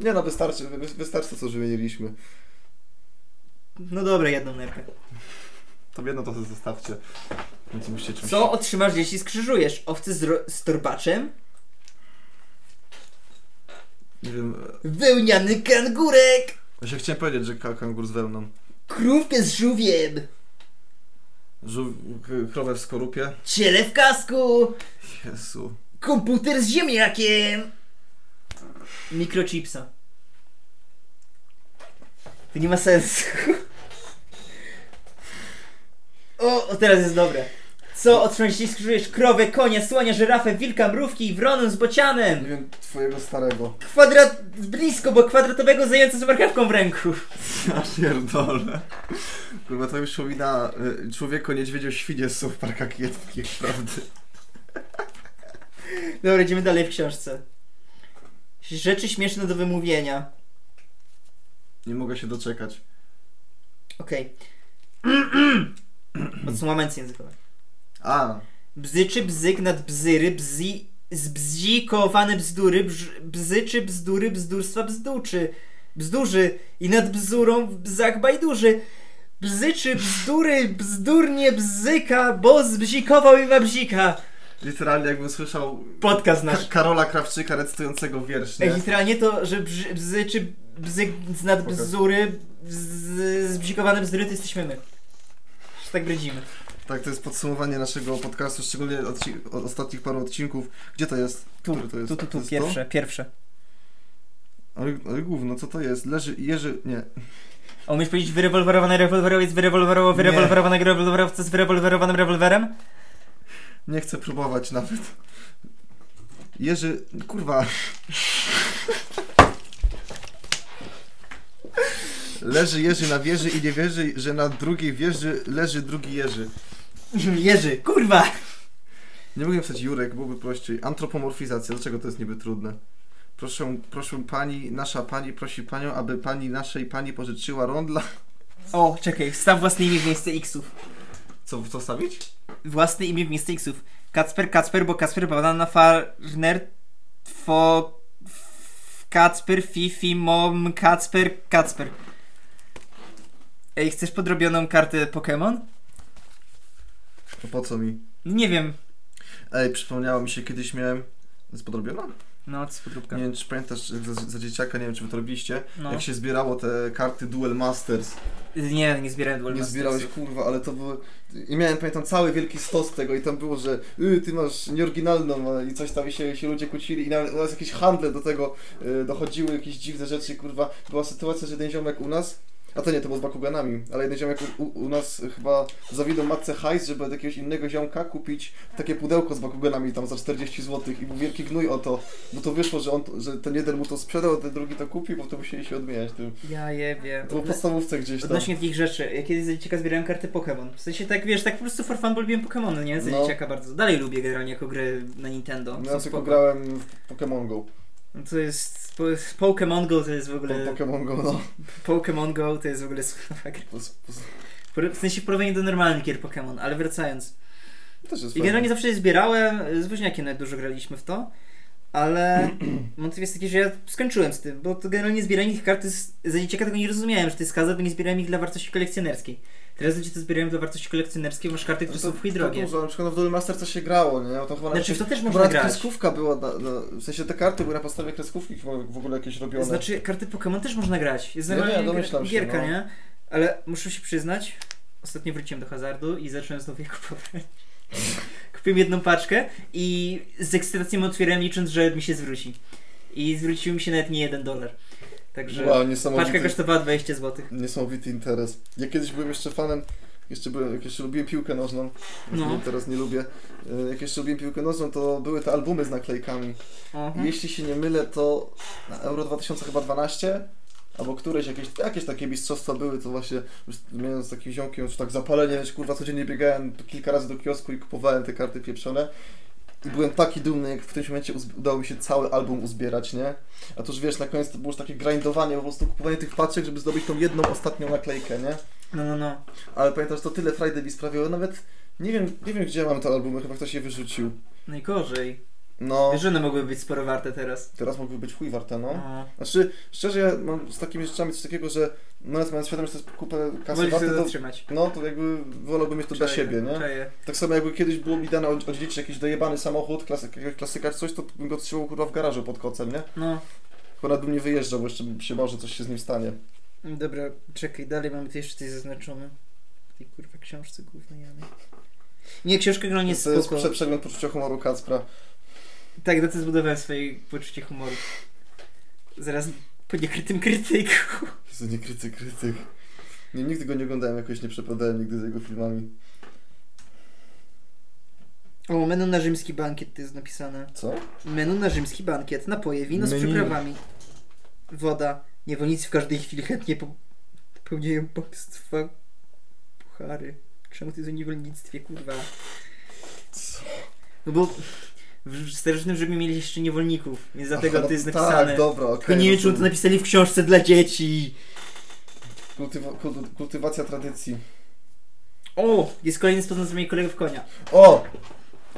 Speaker 1: Nie no, wystarczy, wy- wystarczy to, co już wymieniliśmy.
Speaker 2: No dobra, jedną nerkę.
Speaker 1: To jedno no to sobie zostawcie. Więc musicie czymś...
Speaker 2: Co otrzymasz, jeśli skrzyżujesz owce z, ro- z torbaczem?
Speaker 1: Nie wiem,
Speaker 2: Wełniany kangurek!
Speaker 1: Ja się chciałem powiedzieć, że ka- kangur z wełną.
Speaker 2: Krówkę z żółwiem!
Speaker 1: Żół... k- Krowę w skorupie.
Speaker 2: Ciele w kasku!
Speaker 1: Jezu.
Speaker 2: Komputer z ziemniakiem! Mikrochipsa. To nie ma sensu. O, o teraz jest dobre. Co otrząść jeśli skrzyżujesz krowę, konia, słonia, żyrafę, wilka, mrówki i wronę z
Speaker 1: Nie
Speaker 2: bocianem?
Speaker 1: wiem, twojego starego.
Speaker 2: Kwadrat... blisko, bo kwadratowego zająca z marchewką w ręku.
Speaker 1: Ja pierdolę. Kurwa, to mi przypomina y, człowieko, niedźwiedzio, świnie są w parkach jednych, prawda?
Speaker 2: Dobra, idziemy dalej w książce. Rzeczy śmieszne do wymówienia.
Speaker 1: Nie mogę się doczekać.
Speaker 2: Okej. [clears throat] Odsumamencje językowe.
Speaker 1: A,
Speaker 2: Bzyczy bzyk nad bzyry, bzi, zbzikowane bzdury, bż, bzyczy bzdury, bzdurstwa bzduczy, bzdurzy i nad bzurą w bzach bajdurzy. Bzyczy bzdury, bzdurnie bzyka, bo zbzikował i ma bzika.
Speaker 1: literalnie jakbym słyszał
Speaker 2: Podcast
Speaker 1: Ka-
Speaker 2: nasz.
Speaker 1: Karola Krawczyka recytującego wiersz,
Speaker 2: Ej,
Speaker 1: nie?
Speaker 2: Literalnie to, że brzy, bzyczy bzyk nad
Speaker 1: Pokaż.
Speaker 2: bzdury, bz, zbzikowane bzdury, to jesteśmy my. Że Tak brudzimy.
Speaker 1: Tak, to jest podsumowanie naszego podcastu, szczególnie odci- o- ostatnich paru odcinków. Gdzie to jest?
Speaker 2: Tu,
Speaker 1: Który to jest?
Speaker 2: tu, tu,
Speaker 1: To
Speaker 2: tu,
Speaker 1: jest
Speaker 2: pierwsze, pierwsze.
Speaker 1: To? Ale, ale gówno, co to jest? Leży, jeży, nie.
Speaker 2: A umiesz powiedzieć wyrewolwerowany rewolwerowiec, wyrewolwerował,
Speaker 1: Nie.
Speaker 2: wyrewolwerowanego rewolwerowca z wyrewolwerowanym
Speaker 1: [laughs]
Speaker 2: rewolwerem?
Speaker 1: Nie chcę próbować nawet. Jerzy, kurwa. Leży Jerzy na wieży i nie wierzy, że na drugiej wieży leży drugi Jerzy.
Speaker 2: Jerzy, kurwa!
Speaker 1: Nie mogłem wstać Jurek, byłoby prościej. Antropomorfizacja, dlaczego to jest niby trudne? Proszę, proszę pani, nasza pani prosi panią, aby pani naszej pani pożyczyła rondla.
Speaker 2: O, czekaj, wstaw własne imię w miejsce X-ów.
Speaker 1: Co, co stawić?
Speaker 2: Własne imię w miejsce X-ów. Kacper, Kacper, bo Kacper banana farner fo... f- Kacper, Fifi, Mom, Kacper, Kacper. Ej, chcesz podrobioną kartę Pokémon?
Speaker 1: To po co mi?
Speaker 2: Nie wiem.
Speaker 1: Ej, przypomniało mi się, kiedyś miałem... Jest podrobiona?
Speaker 2: No, to jest podróbka.
Speaker 1: Nie wiem, czy pamiętasz, jak za, za dzieciaka, nie wiem, czy wy to robiliście,
Speaker 2: No.
Speaker 1: jak się zbierało te karty Duel Masters.
Speaker 2: Nie, nie zbierałem Duel
Speaker 1: Nie
Speaker 2: Mastersów.
Speaker 1: zbierałeś, kurwa, ale to było... I miałem, pamiętam, cały wielki stos tego i tam było, że y, ty masz nieoryginalną a- i coś tam i się, się ludzie kłócili i nawet u nas jakieś handle do tego y, dochodziły, jakieś dziwne rzeczy, kurwa. Była sytuacja, że jeden ziomek u nas... A to nie, to było z Bakuganami, ale jeden ziomek u, u, u nas chyba zawidł matce hajs, żeby od jakiegoś innego ziomka kupić takie pudełko z Bakuganami tam za 40 zł i był wielki gnój o to, bo to wyszło, że, on, to- że ten jeden mu to sprzedał, a ten drugi to kupił, bo to musieli się odmieniać tym.
Speaker 2: Ja jebie.
Speaker 1: To było w podstawówce gdzieś tam. No,
Speaker 2: Odnośnie takich rzeczy, ja kiedyś za dzieciaka zbierałem karty Pokémon. W sensie tak, wiesz, tak po prostu for fun, bo lubiłem Pokémony, nie? Za
Speaker 1: No.
Speaker 2: dzieciaka bardzo. Dalej lubię generalnie jako gry na Nintendo.
Speaker 1: No,
Speaker 2: Są
Speaker 1: ja tylko
Speaker 2: spoko.
Speaker 1: grałem w Pokémon Go.
Speaker 2: No To jest... po- Pokémon Go to jest w
Speaker 1: Po,
Speaker 2: ogóle...
Speaker 1: Pokémon Go, no.
Speaker 2: Pokémon Go to jest w ogóle [laughs] słaba gra.
Speaker 1: Po, po,
Speaker 2: Por- W sensie w porównaniu do normalnych gier Pokémon, ale wracając.
Speaker 1: też jest
Speaker 2: I
Speaker 1: fajnie.
Speaker 2: generalnie zawsze je zbierałem, y, z Woźniakiem nawet dużo graliśmy w to.
Speaker 1: [clears throat]
Speaker 2: Ale motyw jest taki, że ja skończyłem z tym, bo to generalnie zbieranie tych kart jest, za dzieciaka tego nie rozumiałem, że to jest kaza, bo nie zbierałem ich dla wartości kolekcjonerskiej. Teraz ludzie to zbierają dla wartości kolekcjonerskiej, bo masz karty, które
Speaker 1: No
Speaker 2: są w chuj drogie.
Speaker 1: To dużo, na przykład no w Duel Master coś się grało, nie? No To chyba na
Speaker 2: Znaczy w to też
Speaker 1: Bo
Speaker 2: można
Speaker 1: nawet
Speaker 2: grać.
Speaker 1: kreskówka była, na, na, w sensie te karty były na podstawie kreskówki chyba w ogóle jakieś robione.
Speaker 2: Znaczy karty Pokémon też można grać. Jest
Speaker 1: Nie, nie,
Speaker 2: normalnie
Speaker 1: domyślam się,
Speaker 2: gierka,
Speaker 1: no.
Speaker 2: nie? Ale muszę się przyznać, ostatnio wróciłem do hazardu i zacząłem znowu je kupować. [laughs] Kupiłem jedną paczkę i z ekscytacją otwierałem licząc, że mi się zwróci. I zwrócił mi się nawet nie jeden dolar. Także
Speaker 1: wow,
Speaker 2: paczka
Speaker 1: niesamowity,
Speaker 2: kosztowała 20 zł.
Speaker 1: niesamowity interes. Ja kiedyś byłem jeszcze fanem, jeszcze byłem, jak jeszcze lubiłem piłkę nożną,
Speaker 2: No.
Speaker 1: teraz nie lubię, E, jak jeszcze lubiłem piłkę nożną, to były te albumy z naklejkami.
Speaker 2: Mhm.
Speaker 1: Jeśli się nie mylę, to na Euro 2012 albo któreś jakieś, jakieś takie mistrzostwa były, to właśnie już miałem z takim ziomkiem już tak zapalenie, że kurwa codziennie biegałem kilka razy do kiosku i kupowałem te karty pieprzone. I byłem taki dumny, jak w którymś momencie uzb- udało mi się cały album uzbierać, nie? A to już wiesz, na koniec to było już takie grindowanie, po prostu kupowanie tych paczek, żeby zdobyć tą jedną ostatnią naklejkę, nie?
Speaker 2: No, no, no.
Speaker 1: Ale pamiętasz, to tyle Friday mi sprawiło, nawet nie wiem, nie wiem gdzie mam te albumy, chyba ktoś je wyrzucił.
Speaker 2: Najgorzej.
Speaker 1: No,
Speaker 2: Wieżyny mogłyby być sporo warte teraz.
Speaker 1: teraz mogły być chuj warte, no.
Speaker 2: No.
Speaker 1: Znaczy, szczerze, ja mam z takimi rzeczami coś takiego, że nawet mając świadomość, że to jest kupę kasy
Speaker 2: Wolisz się
Speaker 1: warte, to,
Speaker 2: zatrzymać.
Speaker 1: no, to jakby wolałbym mieć to dla
Speaker 2: Czaję,
Speaker 1: siebie, nie?
Speaker 2: Czaję.
Speaker 1: Tak samo jakby kiedyś było mi dane od- odziedziczyć jakiś dojebany samochód, klasyk, jakiegoś klasyka czy coś, to bym go trzymał kurwa w garażu pod kocem, nie?
Speaker 2: No.
Speaker 1: Akurat bym nie wyjeżdżał, bo jeszcze się może coś się z nim stanie.
Speaker 2: Dobra, czekaj, dalej mamy tu jeszcze coś zaznaczone. W tej kurwa książce głównej Jany. Nie, książka gra nie
Speaker 1: No to jest
Speaker 2: spoko.
Speaker 1: prze- przegląd poczucia humoru Kacpra.
Speaker 2: Tak, na to zbudowałem swoje poczucie humoru. Zaraz po niekrytym krytyku.
Speaker 1: Jezu, nie krytyk, krytyk. Nie, nigdy go nie oglądałem, jakoś nie przepadałem nigdy za jego filmami.
Speaker 2: O, menu na rzymski bankiet to jest napisane.
Speaker 1: Co?
Speaker 2: Menu na rzymski bankiet. Napoje, wino z
Speaker 1: Menu.
Speaker 2: przyprawami. Woda. Niewolnicy w każdej chwili chętnie po- popełniają bogstwa puchary. Czemu ty jest o niewolnictwie, kurwa?
Speaker 1: Co?
Speaker 2: No bo w w starożytnym Rzymie mieli jeszcze niewolników, więc dlatego
Speaker 1: Aha,
Speaker 2: to jest
Speaker 1: no
Speaker 2: napisane.
Speaker 1: Tak, dobra, okej.
Speaker 2: Tylko nie wiem, czemu to napisali w książce dla dzieci.
Speaker 1: kultywa- kultu- Kultywacja tradycji.
Speaker 2: O, jest kolejny sposób z moich kolegów konia.
Speaker 1: O!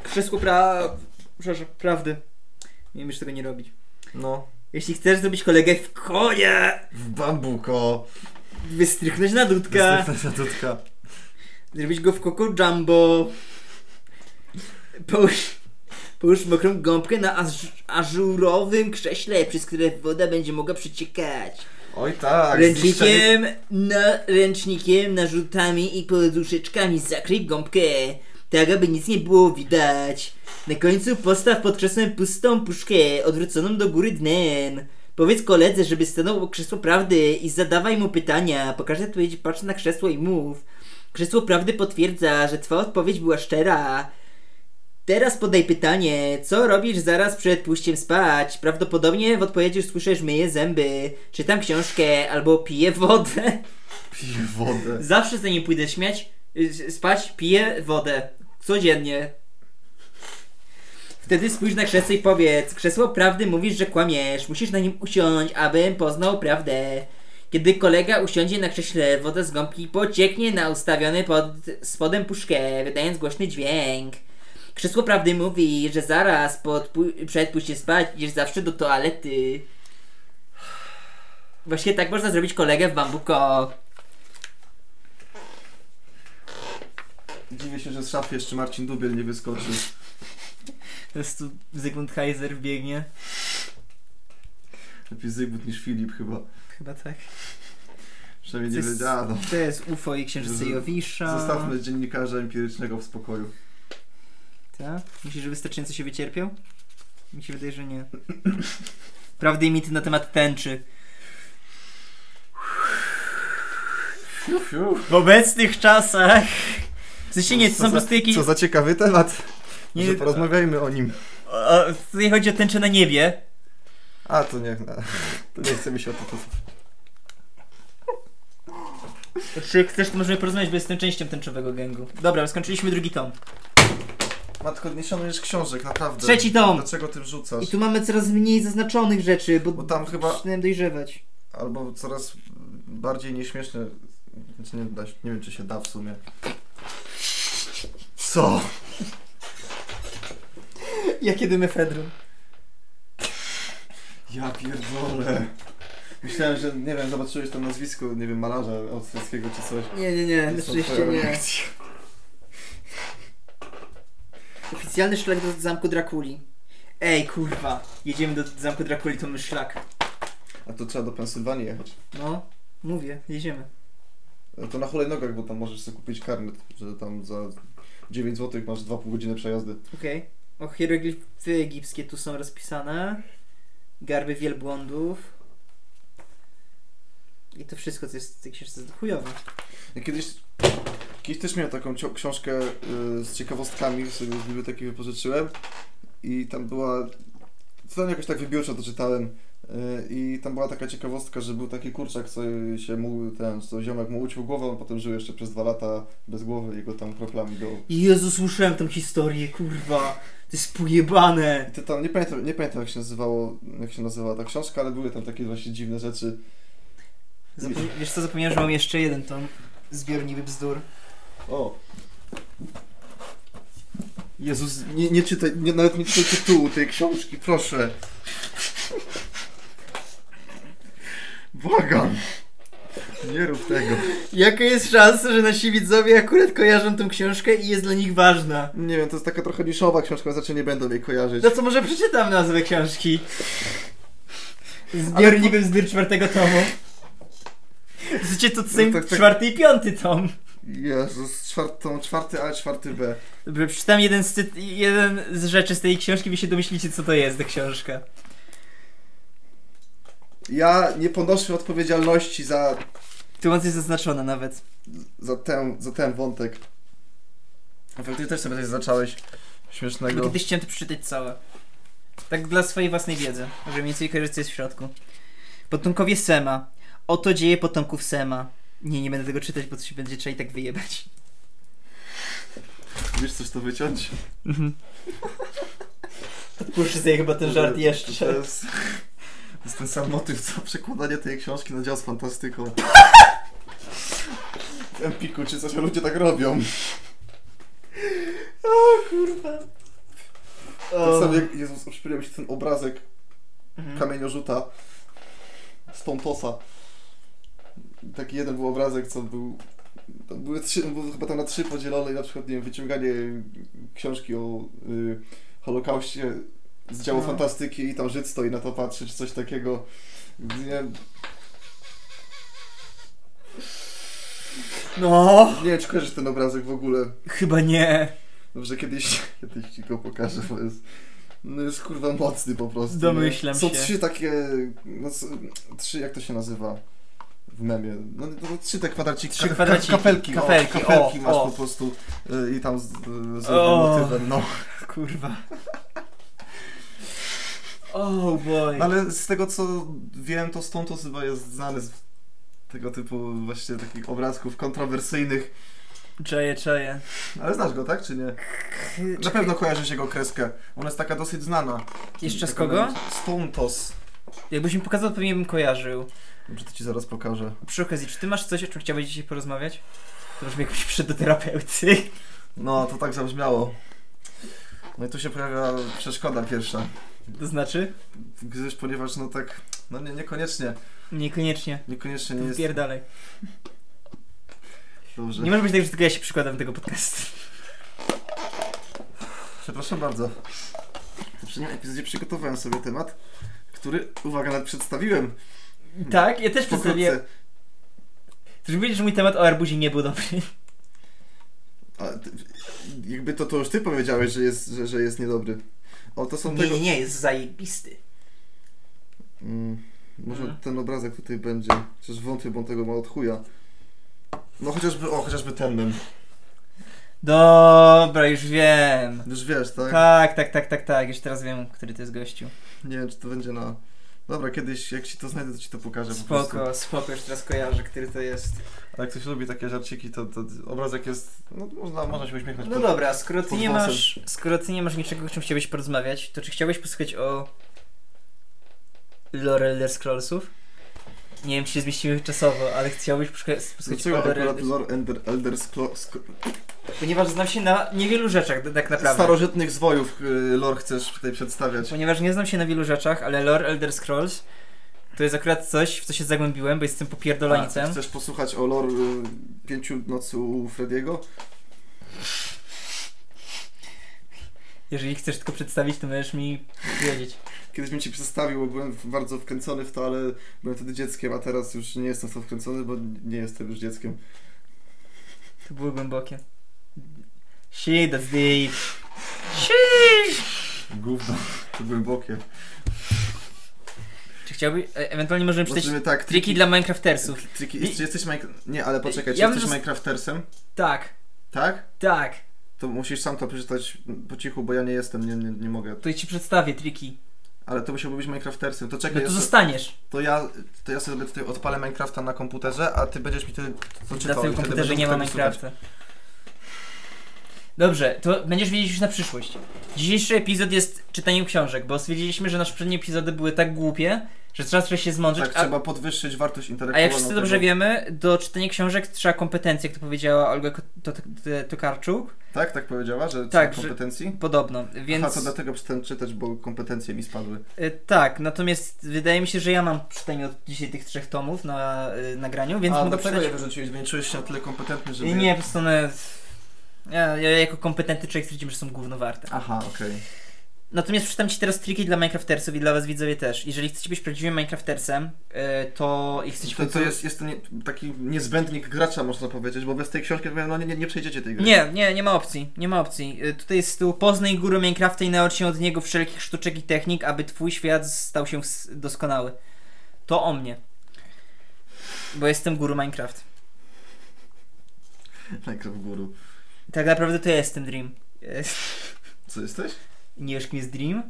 Speaker 2: Krzesło pra... Przepraszam, prawdy. Nie wiem, już tego nie robić.
Speaker 1: No.
Speaker 2: Jeśli chcesz zrobić kolegę w konie,
Speaker 1: W bambuko.
Speaker 2: wystrychnąć na dudka,
Speaker 1: Następna tutka.
Speaker 2: zrobić go w koko jumbo, połóż, połóż mokrą gąbkę na aż, ażurowym krześle, przez które woda będzie mogła przeciekać.
Speaker 1: Oj tak. zniszczenie-
Speaker 2: Ręcznikiem, na, ręcznikiem, narzutami i poduszeczkami zakryj gąbkę, tak aby nic nie było widać. Na końcu postaw pod krzesłem pustą puszkę, odwróconą do góry dnem. Powiedz koledze, żeby stanął obok krzesła prawdy i zadawaj mu pytania. Po każdej odpowiedzi patrz na krzesło i mów. Krzesło prawdy potwierdza, że twoja odpowiedź była szczera. Teraz podaj pytanie, co robisz zaraz przed pójściem spać? Prawdopodobnie w odpowiedzi usłyszysz myję zęby, czytam książkę albo piję wodę.
Speaker 1: Piję wodę.
Speaker 2: Zawsze zanim pójdę śmiać, y, spać, piję wodę. Codziennie. Wtedy spójrz na krzesło i powiedz, krzesło prawdy mówisz, że kłamiesz, musisz na nim usiąść, abym poznał prawdę. Kiedy kolega usiądzie na krześle, woda z gąbki pocieknie na ustawiony pod spodem puszkę, wydając głośny dźwięk. Krzesło prawdy mówi, że zaraz pod, pój- przed pójściem spać idziesz zawsze do toalety. Właśnie tak można zrobić kolegę w bambuko.
Speaker 1: Dziwię się, że z szafy jeszcze Marcin Dubiel nie wyskoczył.
Speaker 2: Teraz tu Zygmunt Heiser biegnie.
Speaker 1: Lepiej Zygmunt niż Filip chyba.
Speaker 2: Chyba tak.
Speaker 1: Przynajmniej
Speaker 2: To
Speaker 1: nie
Speaker 2: jest-
Speaker 1: wiedziano.
Speaker 2: To jest UFO i Księżyce
Speaker 1: Z-
Speaker 2: Jowisza.
Speaker 1: Zostawmy dziennikarza empirycznego w spokoju.
Speaker 2: Tak? Myślisz, że wystarczająco się wycierpiał? Mi się wydaje, że nie. [laughs] Prawdy i mity na temat tęczy.
Speaker 1: Fiu, fiu.
Speaker 2: W obecnych czasach... W sensie nie, to
Speaker 1: Co
Speaker 2: są po
Speaker 1: za-
Speaker 2: prostu jakieś...
Speaker 1: Co za ciekawy temat.
Speaker 2: Nie-
Speaker 1: Może porozmawiajmy o nim.
Speaker 2: O, tutaj chodzi o tęczę na niebie.
Speaker 1: A, to nie. no, To nie chce mi się o to.
Speaker 2: Czy chcesz, to możemy porozmawiać, bo jestem częścią tęczowego gangu. Dobra, skończyliśmy drugi tom.
Speaker 1: Matko, nie szanujesz książek, naprawdę.
Speaker 2: Trzeci tom!
Speaker 1: Dlaczego tym rzucasz?
Speaker 2: I tu mamy coraz mniej zaznaczonych rzeczy, bo,
Speaker 1: Bo tam chyba.
Speaker 2: zaczynałem dojrzewać.
Speaker 1: Albo coraz bardziej nieśmieszne. Znaczy nie, da, się- nie wiem, czy się da w sumie. Co?
Speaker 2: Jakie dymy Fedrum?
Speaker 1: Ja pierdolę. Myślałem, że nie wiem, zobaczyłeś tam nazwisko, nie wiem, malarza austriackiego czy coś.
Speaker 2: Nie, nie, nie,
Speaker 1: To
Speaker 2: na
Speaker 1: są
Speaker 2: szczęście
Speaker 1: twoje
Speaker 2: nie.
Speaker 1: reakcje.
Speaker 2: Oficjalny szlak do zamku Drakuli. Ej, kurwa. Jedziemy do zamku Drakuli, to my szlak.
Speaker 1: A to trzeba do Pensylwanii jechać.
Speaker 2: No, mówię, jedziemy.
Speaker 1: To na hulajnogach, bo tam możesz sobie kupić karnet, że tam za 9 zł masz 2,5 godziny przejazdy.
Speaker 2: Okej. O, hieroglify egipskie tu są rozpisane. Garby wielbłądów. I to wszystko, co jest w tej książce jest chujowe.
Speaker 1: Ja kiedyś, kiedyś też miałem taką cio- książkę y, z ciekawostkami, sobie z biblioteki wypożyczyłem i tam była, co tam jakoś tak wybiórczo to czytałem y, i tam była taka ciekawostka, że był taki kurczak, co się mu, ten, co ziomek mu uciął głowę, on potem żył jeszcze przez dwa lata bez głowy i go tam kroplami do...
Speaker 2: Jezu, słyszałem tą historię, kurwa. To jest pojebane.
Speaker 1: I to tam, nie pamiętam, nie pamiętam jak się nazywało, jak się nazywała ta książka, ale były tam takie właśnie dziwne rzeczy.
Speaker 2: Zapo- wiesz co, zapomniałem, że mam jeszcze jeden tom zbiornik bzdur.
Speaker 1: O! Jezus, nie, nie czytaj, nie, nawet nie czytaj tytułu tej książki, proszę. Błagam. Nie rób tego.
Speaker 2: Jaka jest szansa, że nasi widzowie akurat kojarzą tą książkę i jest dla nich ważna?
Speaker 1: Nie wiem, to jest taka trochę niszowa książka, znaczy nie będą jej kojarzyć.
Speaker 2: No co może przeczytam nazwę książki? Zbiornik po... bzdur czwartego tomu. Życie to cym,
Speaker 1: tak, tak.
Speaker 2: czwarty i piąty tom.
Speaker 1: Jezus, czwartą, czwarty A, czwarty B.
Speaker 2: Dobra, przeczytam jeden z, tyt- jeden z rzeczy z tej książki, wy się domyślicie, co to jest ta książka.
Speaker 1: Ja nie ponoszę odpowiedzialności za,
Speaker 2: Tu ona jest zaznaczona nawet.
Speaker 1: za, ten, za ten wątek. Efekty też sobie coś zaczałeś
Speaker 2: Bo
Speaker 1: śmiesznego.
Speaker 2: kiedyś chciałem to przeczytać całe. Tak dla swojej własnej wiedzy, żeby mniej więcej kojarzyć, co jest w środku. Potomkowie Sema. Oto dzieje potomków Sema. Nie, nie będę tego czytać, bo to się będzie trzeba i tak wyjebać.
Speaker 1: Wiesz coś to wyciąć?
Speaker 2: Odpuszczę sobie chyba ten żart
Speaker 1: To
Speaker 2: jeszcze.
Speaker 1: jest, to jest ten sam motyw, co przekładanie tej książki na dział z fantastyką. W [laughs] Empiku czy coś ludzie tak robią.
Speaker 2: O kurwa.
Speaker 1: Tak
Speaker 2: O.
Speaker 1: samo jak Jezus, przypomniał mi się ten obrazek Mm.
Speaker 2: Mhm.
Speaker 1: kamieniorzuta z Pontosa. Taki jeden był obrazek, co był. tam Były trzy, był chyba tam na trzy podzielone i na przykład nie wiem, wyciąganie książki o y, Holokauście z działu
Speaker 2: No.
Speaker 1: fantastyki i tam Żyd stoi na to patrzy, czy coś takiego. Nie,
Speaker 2: No.
Speaker 1: nie wiem, czy kojarzysz ten obrazek w ogóle.
Speaker 2: Chyba nie.
Speaker 1: Dobrze, kiedyś, [laughs] kiedyś ci go pokażę, bo jest, no jest kurwa mocny po prostu. nie?
Speaker 2: Domyślam
Speaker 1: Są
Speaker 2: się.
Speaker 1: trzy takie, no, s- trzy, jak to się nazywa w memie, no to są trzy te kwadraciki,
Speaker 2: Trzy
Speaker 1: ka-
Speaker 2: kwadraciki,
Speaker 1: ka- kapelki,
Speaker 2: kapelki,
Speaker 1: o, kapelki
Speaker 2: o,
Speaker 1: masz
Speaker 2: o.
Speaker 1: po prostu y, i tam z, z
Speaker 2: O.
Speaker 1: motywem,
Speaker 2: [laughs]
Speaker 1: no.
Speaker 2: Kurwa. Oh boy.
Speaker 1: Ale z tego co wiem, to stąd to chyba jest znany z tego typu właśnie takich obrazków kontrowersyjnych,
Speaker 2: Czaję, czaję.
Speaker 1: ale znasz go, tak, czy nie? Na
Speaker 2: Czekaj,
Speaker 1: pewno kojarzysz jego kreskę, ona jest taka dosyć znana.
Speaker 2: Jeszcze z
Speaker 1: Taka
Speaker 2: kogo?
Speaker 1: nawet- Stontos.
Speaker 2: Jakbyś mi pokazał, to pewnie bym kojarzył.
Speaker 1: Dobrze, to ci zaraz pokażę.
Speaker 2: Przy okazji, czy ty masz coś, o czym chciałbyś dzisiaj porozmawiać? To brzmi jakbyś przyszedł do terapeuty.
Speaker 1: No, to tak zabrzmiało. No i tu się pojawia przeszkoda pierwsza.
Speaker 2: To znaczy?
Speaker 1: Gdyż, ponieważ no tak, no nie, niekoniecznie,
Speaker 2: Niekoniecznie.
Speaker 1: niekoniecznie nie jest
Speaker 2: Pierdalej.
Speaker 1: dobrze.
Speaker 2: Nie może być tak, że tylko ja się przykładam do tego podcastu.
Speaker 1: [laughs] Przepraszam bardzo. W poprzednim epizodzie przygotowałem sobie temat, który, uwaga, nawet przedstawiłem.
Speaker 2: Tak, ja też przedstawiłem.
Speaker 1: Pokrótce.
Speaker 2: To już wiedzieć, że mój temat o arbuzie nie był dobry.
Speaker 1: A, ty, jakby to, to już ty powiedziałeś, że jest, że, że jest niedobry. O, to są tego...
Speaker 2: nie, jest zajebisty.
Speaker 1: Mm, może
Speaker 2: Mhm.
Speaker 1: ten obrazek tutaj będzie. Chociaż wątpię, bo on tego ma od chuja. No chociażby, o, chociażby ten mem.
Speaker 2: Dobra, już wiem.
Speaker 1: Już wiesz, tak?
Speaker 2: Tak, tak, tak, tak, tak. Już teraz wiem, który to jest gościu.
Speaker 1: Nie wiem, czy to będzie na. Dobra, kiedyś jak ci to znajdę, to ci to pokażę. po prostu.
Speaker 2: Spoko, spoko, już teraz kojarzę, który to jest.
Speaker 1: Ale jak ktoś lubi takie żarciki, to, to obrazek jest. No można, można się uśmiechnąć.
Speaker 2: No dobra, skoro ty,
Speaker 1: pod
Speaker 2: nie
Speaker 1: wąsem.
Speaker 2: masz, skoro ty nie masz niczego, o czym chciałbyś porozmawiać, to czy chciałbyś posłuchać o Lore Elder Scrollsów? Nie wiem, czy się zmieścimy czasowo, ale chciałbyś poszuka- posłuchać
Speaker 1: Dlaczego
Speaker 2: o Lore
Speaker 1: No, akurat
Speaker 2: Elder...
Speaker 1: Lord Ender, Elder Scro- Scro-
Speaker 2: Ponieważ znam się na niewielu rzeczach, d- tak naprawdę.
Speaker 1: starożytnych zwojów y, lore chcesz tutaj przedstawiać?
Speaker 2: Ponieważ nie znam się na wielu rzeczach, ale Lore Elder Scrolls to jest akurat coś, w co się zagłębiłem, bo jestem
Speaker 1: A,
Speaker 2: popierdolanicem.
Speaker 1: Chcesz posłuchać o lore y, pięciu nocy u Frediego?
Speaker 2: Jeżeli chcesz tylko przedstawić, to możesz mi powiedzieć.
Speaker 1: Kiedyś mi ci przedstawił, bo byłem w- bardzo wkręcony w to, ale byłem wtedy dzieckiem, a teraz już nie jestem w to wkręcony, bo nie jestem już dzieckiem.
Speaker 2: To było głębokie. Shit, that's deep. Sheesh.
Speaker 1: Gówno, to głębokie.
Speaker 2: Czy chciałbyś, e- ewentualnie możemy przeczytać
Speaker 1: Możemy tak,
Speaker 2: triki dla Minecraftersów.
Speaker 1: Triki,
Speaker 2: I-
Speaker 1: czy jesteś Minecraft... Nie, ale poczekaj, czy
Speaker 2: Ja bym
Speaker 1: jesteś
Speaker 2: zas-
Speaker 1: Minecraftersem?
Speaker 2: Tak,
Speaker 1: Tak?
Speaker 2: tak.
Speaker 1: To musisz sam to przeczytać po cichu, bo ja nie jestem, nie, nie, nie mogę.
Speaker 2: To ja ci przedstawię triki.
Speaker 1: Ale to musiałby być Minecraftersem. To
Speaker 2: No
Speaker 1: czekaj,
Speaker 2: to
Speaker 1: jeszcze-
Speaker 2: zostaniesz.
Speaker 1: to, ja, to ja sobie tutaj odpalę Minecrafta na komputerze, a ty będziesz mi wtedy to
Speaker 2: Na
Speaker 1: czytał. i
Speaker 2: tym
Speaker 1: wtedy
Speaker 2: komputerze
Speaker 1: będę
Speaker 2: nie ma
Speaker 1: mógł tego
Speaker 2: Minecrafta. Dobrze, to będziesz wiedzieć już na przyszłość. Dzisiejszy epizod jest czytaniem książek, bo stwierdziliśmy, że nasze poprzednie epizody były tak głupie, że trzeba trochę się zmądrzyć.
Speaker 1: Tak,
Speaker 2: a,
Speaker 1: trzeba podwyższyć wartość
Speaker 2: a
Speaker 1: intelektualną.
Speaker 2: jak wszyscy dobrze
Speaker 1: tego.
Speaker 2: wiemy, do czytania książek trzeba kompetencje, jak to powiedziała Olga Ko- To- To- Tokarczuk.
Speaker 1: Tak, tak powiedziała, że
Speaker 2: Tak,
Speaker 1: tak,
Speaker 2: że-
Speaker 1: kompetencji?
Speaker 2: Podobno, więc.
Speaker 1: Aha, to dlatego przestałem czytać, bo kompetencje mi spadły.
Speaker 2: Y, Tak, natomiast wydaje mi się, że ja mam przynajmniej od dzisiaj tych trzech tomów na y, nagraniu, więc
Speaker 1: A,
Speaker 2: mogę
Speaker 1: dlaczego
Speaker 2: przeczytać.
Speaker 1: je wyrzuciłeś? Bo nie czułeś się na tyle kompetentny, żeby...
Speaker 2: Nie, nie, po prostu one... Ja, ja jako kompetentny człowiek stwierdziłem, że są gówno warte.
Speaker 1: Aha, okej.
Speaker 2: Natomiast przeczytam Ci teraz triki dla Minecraftersów i dla Was widzowie też. Jeżeli chcecie być prawdziwym Minecraftersem, y, to i chcecie... w
Speaker 1: To, to
Speaker 2: końcu-
Speaker 1: jest, jest to nie, taki niezbędnik gracza, można powiedzieć, bo bez tej książki no, nie, nie, nie przejdziecie tej gry.
Speaker 2: Nie, nie, nie ma opcji, nie ma opcji. Y, Tutaj jest z tyłu poznaj górę Minecrafta i naucz się od niego wszelkich sztuczek i technik, aby twój świat stał się s- doskonały. To o mnie. Bo jestem guru
Speaker 1: [laughs]
Speaker 2: Minecraft.
Speaker 1: Minecraft guru.
Speaker 2: Tak naprawdę to ja jestem Dream. [laughs] E,
Speaker 1: Co jesteś?
Speaker 2: Nie wiesz kim jest Dream?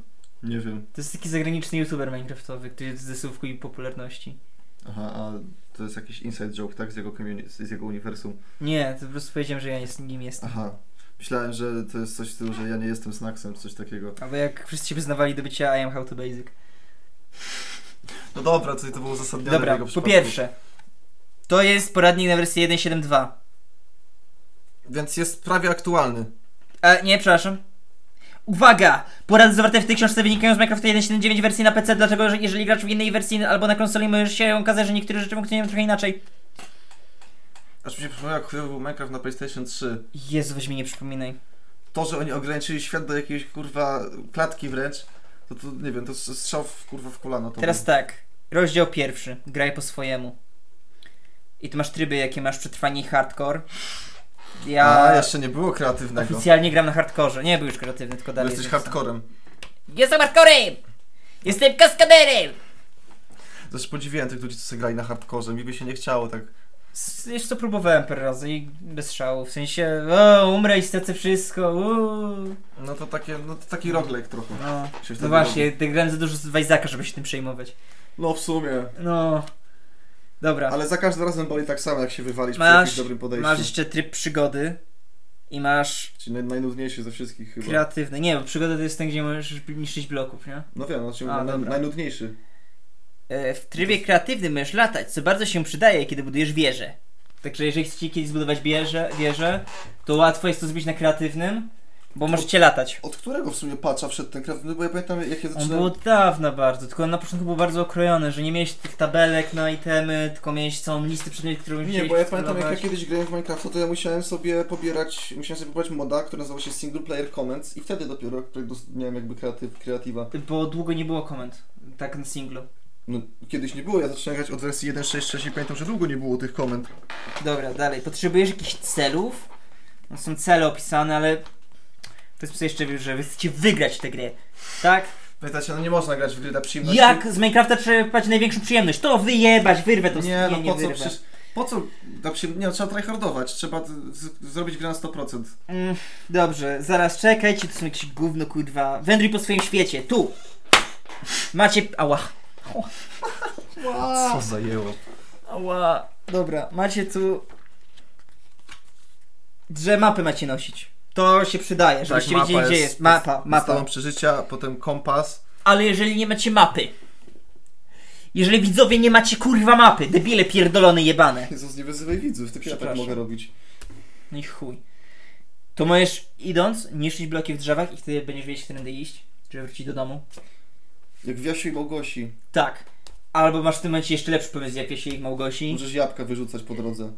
Speaker 1: Nie wiem.
Speaker 2: To jest taki zagraniczny youtuber minecraftowy, który jest w zysówku i popularności.
Speaker 1: Aha, a to jest jakiś inside joke, tak? Z jego, communi- z jego uniwersum.
Speaker 2: Nie, to po prostu powiedziałem, że ja jest, nim jestem.
Speaker 1: Aha. Myślałem, że to jest coś w stylu, że ja nie jestem Snacksem, coś takiego.
Speaker 2: Albo jak wszyscy się wyznawali do bycia I am how to basic.
Speaker 1: No dobra, to, to było uzasadnione w
Speaker 2: Dobra,
Speaker 1: jego
Speaker 2: po
Speaker 1: przypadku.
Speaker 2: pierwsze. To jest poradnik na wersję 1.7.2.
Speaker 1: Więc jest prawie aktualny.
Speaker 2: E, nie, przepraszam. Uwaga! Porady zawarte w tej książce wynikają z Minecrafta 1.7.9 wersji na PC, dlatego że jeżeli grasz w innej wersji albo na konsoli, możesz się okazać, że niektóre rzeczy funkcjonują trochę inaczej.
Speaker 1: Aż mi się przypomniał, jak chujowy był Minecraft na PlayStation 3.
Speaker 2: Jezu, weź mi nie przypominaj.
Speaker 1: to, że oni ograniczyli świat do jakiejś kurwa klatki wręcz, to, to nie wiem, to s- strzał w, kurwa w kolano. To
Speaker 2: Teraz
Speaker 1: był.
Speaker 2: tak, rozdział pierwszy, graj po swojemu. I tu masz tryby, jakie masz przetrwanie i hardcore. Ja
Speaker 1: A, jeszcze nie było kreatywnego.
Speaker 2: oficjalnie gram na hardkorze. Nie był już kreatywny, tylko
Speaker 1: Bo
Speaker 2: dalej.
Speaker 1: jesteś
Speaker 2: jest napisane.
Speaker 1: hardcorem.
Speaker 2: Jestem hardcorem! Jestem kaskaderem!
Speaker 1: Zresztą podziwiałem tych ludzi, co sobie grali na hardkorze, mi by się nie chciało tak.
Speaker 2: S- Wiesz co, próbowałem parę razy i bez szału. W sensie, o, umrę i stracę wszystko, uuu.
Speaker 1: No to takie, no to taki roglek trochę.
Speaker 2: No,
Speaker 1: się
Speaker 2: no
Speaker 1: wtedy
Speaker 2: właśnie,
Speaker 1: robi.
Speaker 2: ja grałem za dużo z Wajzaka, żeby się tym przejmować.
Speaker 1: No w sumie.
Speaker 2: No, dobra.
Speaker 1: Ale za każdym razem boli tak samo, jak się wywalić
Speaker 2: Masz-
Speaker 1: przy jakimś dobrym podejściu.
Speaker 2: Masz jeszcze tryb przygody i masz
Speaker 1: Czyli naj, najnudniejszy ze wszystkich chyba.
Speaker 2: Kreatywne. Nie, bo przygoda to jest ten, gdzie możesz niszczyć bloków, nie?
Speaker 1: No wiem, znaczy
Speaker 2: A,
Speaker 1: naj,
Speaker 2: dobra.
Speaker 1: najnudniejszy.
Speaker 2: E,
Speaker 1: No
Speaker 2: W trybie kreatywnym możesz latać, co bardzo się przydaje, kiedy budujesz wieżę. Także jeżeli chcecie kiedyś zbudować wieżę, wieżę to łatwo jest to zrobić na kreatywnym, bo możecie latać.
Speaker 1: Od którego w sumie patcha wszedł ten kreatywny, bo ja pamiętam jak ja
Speaker 2: On
Speaker 1: zaczynałem...
Speaker 2: było od dawna bardzo, tylko na początku było bardzo okrojone, że nie miałeś tych tabelek na itemy, tylko miałeś całą listę przedmiotów, które musiałeś
Speaker 1: Nie, bo ja pamiętam jak ja
Speaker 2: eksplorować.
Speaker 1: kiedyś grałem w Minecrafta, to ja musiałem sobie pobierać, musiałem sobie pobrać moda, który nazywał się Single Player Comments i wtedy dopiero jak dos- miałem jakby kreatyw, kreatywa.
Speaker 2: Bo długo nie było komend, tak na singlu.
Speaker 1: No, kiedyś nie było, ja zacząłem grać od wersji 1.6.6 i pamiętam, że długo nie było tych komend.
Speaker 2: Dobra, dalej. Potrzebujesz jakichś celów. No, są cele opisane, ale to jest jeszcze wiesz, że wy chcecie wygrać tę grę. Tak?
Speaker 1: Pytacie, no nie można grać w gry dla przyjemności.
Speaker 2: Jak z Minecrafta czerpać największą przyjemność? To wyjebać, wyrwę to
Speaker 1: Nie, no
Speaker 2: nie,
Speaker 1: po co,
Speaker 2: wyrwę.
Speaker 1: przecież, po co, dla przyjem- nie, no, trzeba tryhardować, trzeba z, z, zrobić grę na 100%.
Speaker 2: Mm, dobrze, zaraz czekajcie, to są jakieś gówno kurwa. Wędruj po swoim świecie, tu! Macie... Ała.
Speaker 1: Co zajęło?
Speaker 2: Ała. Dobra, macie tu... Że mapy macie nosić. To się przydaje, żebyście
Speaker 1: Tak,
Speaker 2: wiedzieli gdzie jest. Mapa, mapa.
Speaker 1: Podstawą przeżycia, potem kompas.
Speaker 2: Ale jeżeli nie macie mapy. Jeżeli widzowie nie macie kurwa mapy, debile pierdolone jebane.
Speaker 1: Jezus, nie wyzywaj widzów, tylko ja tak
Speaker 2: Przepraszam.
Speaker 1: mogę robić.
Speaker 2: No i chuj. To możesz idąc niszczyć bloki w drzewach i wtedy będziesz wiedzieć którędy iść, żeby wrócić do domu.
Speaker 1: Jak w Jasiu i Małgosi,
Speaker 2: Tak. Albo masz w tym momencie jeszcze lepszy pomysł jak Jasie i Małgosi.
Speaker 1: możesz jabłka wyrzucać po drodze.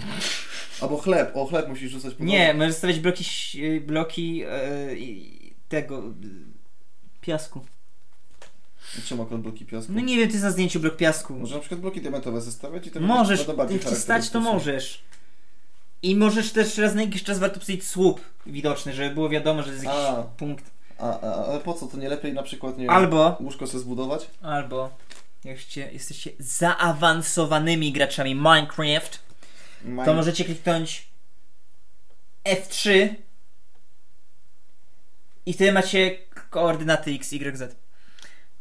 Speaker 1: Albo chleb, o chleb musisz rzucać po drodze.
Speaker 2: Nie, możesz stawiać bloki, ś- y, bloki e, i- tego y, piasku.
Speaker 1: Czemu akurat bloki piasku?
Speaker 2: No nie wiem, ty jest na zdjęciu blok piasku.
Speaker 1: Może na przykład bloki diamentowe zestawiać i to
Speaker 2: Możesz,
Speaker 1: będzie bardziej
Speaker 2: jak ci stać,
Speaker 1: charakterystyczne.
Speaker 2: to możesz. I możesz też raz na jakiś czas warto pisać słup widoczny, żeby było wiadomo, że jest jakiś
Speaker 1: A.
Speaker 2: punkt.
Speaker 1: A, a, ale po co? To nie lepiej na przykład, nie wiem,
Speaker 2: Albo,
Speaker 1: łóżko sobie zbudować?
Speaker 2: albo, jak się, jesteście zaawansowanymi graczami Minecraft, to
Speaker 1: Mine-
Speaker 2: możecie kliknąć F3 i wtedy macie koordynaty x, y, z.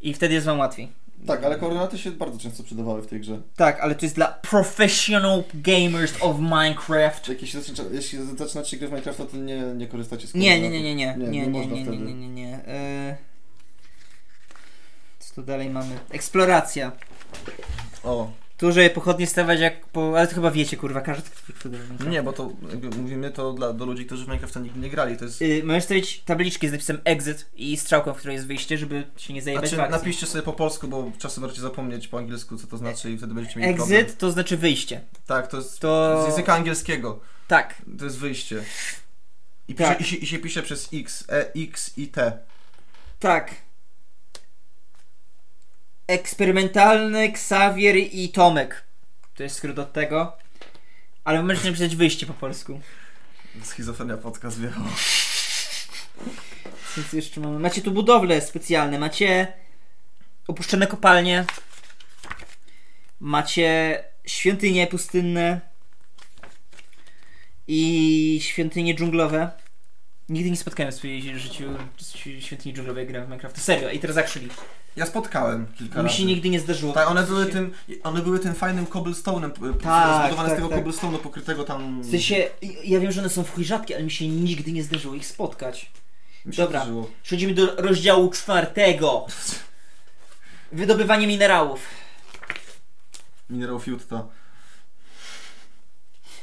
Speaker 2: I wtedy jest wam łatwiej.
Speaker 1: Tak, ale koordynaty się bardzo często przydawały w tej grze.
Speaker 2: Tak, ale to jest dla professional gamers of Minecraft.
Speaker 1: Czy jakieś, zaczyna- jeśli zaczynacie grę w Minecrafta, to nie, nie korzystacie z
Speaker 2: Nie, nie,
Speaker 1: koordynatów.
Speaker 2: nie, nie, nie, nie, nie, nie,
Speaker 1: można
Speaker 2: nie, nie,
Speaker 1: wtedy.
Speaker 2: nie, nie, nie. Y, Co tu dalej mamy? Eksploracja.
Speaker 1: O,
Speaker 2: Tu, żeby pochodnie stawiać jak po... Ale to chyba wiecie, kurwa, każdy kto do Minecrafta.
Speaker 1: nie, bo to jakby mówimy to dla, do ludzi, którzy w Minecrafta nigdy nie grali, to jest...
Speaker 2: Y, możesz stawić tabliczki z napisem exit i strzałką, w której jest wyjście, żeby się nie zajebać
Speaker 1: Znaczy,
Speaker 2: w akcji.
Speaker 1: napiszcie sobie po polsku, bo czasem możecie zapomnieć po angielsku, co to znaczy i wtedy będziecie mieli problem.
Speaker 2: Exit to znaczy wyjście.
Speaker 1: Tak, to jest
Speaker 2: To...
Speaker 1: z języka angielskiego.
Speaker 2: Tak.
Speaker 1: To jest wyjście. I, pisze,
Speaker 2: Tak.
Speaker 1: i, się, I się pisze przez X, E, X i T.
Speaker 2: Tak. Eksperymentalny Xavier i Tomek. To jest skrót od tego. Ale możesz napisać wyjście po polsku.
Speaker 1: Schizofrenia podcast wjechał.
Speaker 2: Co tu jeszcze mamy? Macie tu budowle specjalne, macie opuszczone kopalnie, macie świątynie pustynne i świątynie dżunglowe. Nigdy nie spotkałem w swoim życiu świątyni dżunglowej grałem w Minecraft. Serio, i teraz actually.
Speaker 1: Ja spotkałem kilka
Speaker 2: Mi się
Speaker 1: razy.
Speaker 2: nigdy nie zdarzyło.
Speaker 1: Tak, one były tym, one były tym fajnym cobblestone'em, p- p-
Speaker 2: Tak,
Speaker 1: zbudowane
Speaker 2: tak,
Speaker 1: z tego
Speaker 2: tak.
Speaker 1: cobblestone'u pokrytego tam...
Speaker 2: W sensie, ja- ja wiem, że one są w chuj rzadkie, ale mi się nigdy nie zdarzyło ich spotkać.
Speaker 1: mi się
Speaker 2: dobra.
Speaker 1: zdarzyło.
Speaker 2: Przechodzimy do rozdziału czwartego. Wydobywanie minerałów.
Speaker 1: Mineral Fiutta.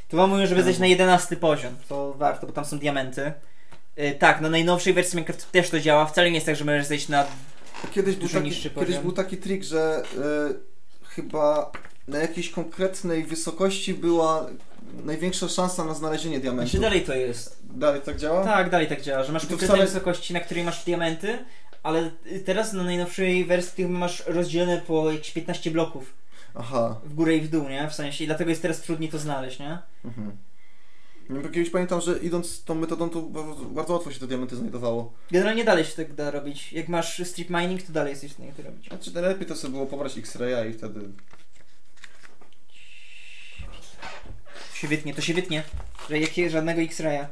Speaker 2: Tu wam mówią, żeby zejść na 11 poziom. To warto, bo tam są diamenty. Y, tak, na najnowszej wersji Minecraft też to działa. Wcale nie jest tak, że możesz zejść na.
Speaker 1: Kiedyś był,
Speaker 2: Dużo
Speaker 1: taki,
Speaker 2: niższy
Speaker 1: kiedyś
Speaker 2: poziom.
Speaker 1: był taki trik, że y, chyba na jakiejś konkretnej wysokości była największa szansa na znalezienie diamentu.
Speaker 2: Znaczy dalej to jest.
Speaker 1: Dalej tak działa?
Speaker 2: Tak, dalej tak działa, że masz
Speaker 1: To
Speaker 2: konkretne
Speaker 1: wcale-
Speaker 2: wysokości, na której masz diamenty, ale y, teraz na najnowszej wersji tych masz rozdzielone po jakieś 15 bloków
Speaker 1: Aha.
Speaker 2: w górę i w dół, nie? W sensie, i dlatego jest teraz trudniej to znaleźć, nie?
Speaker 1: Mhm. Nie wiem, bo Kiedyś pamiętam, że idąc tą metodą, to bardzo- bardzo łatwo się te diamenty znajdowało.
Speaker 2: Generalnie dalej się tak da robić. Jak masz strip mining, to dalej jesteś w stanie to robić.
Speaker 1: Znaczy najlepiej to sobie było pobrać X-raya i wtedy...
Speaker 2: To się wytnie, to się wytnie. Że jakie żadnego X-raya.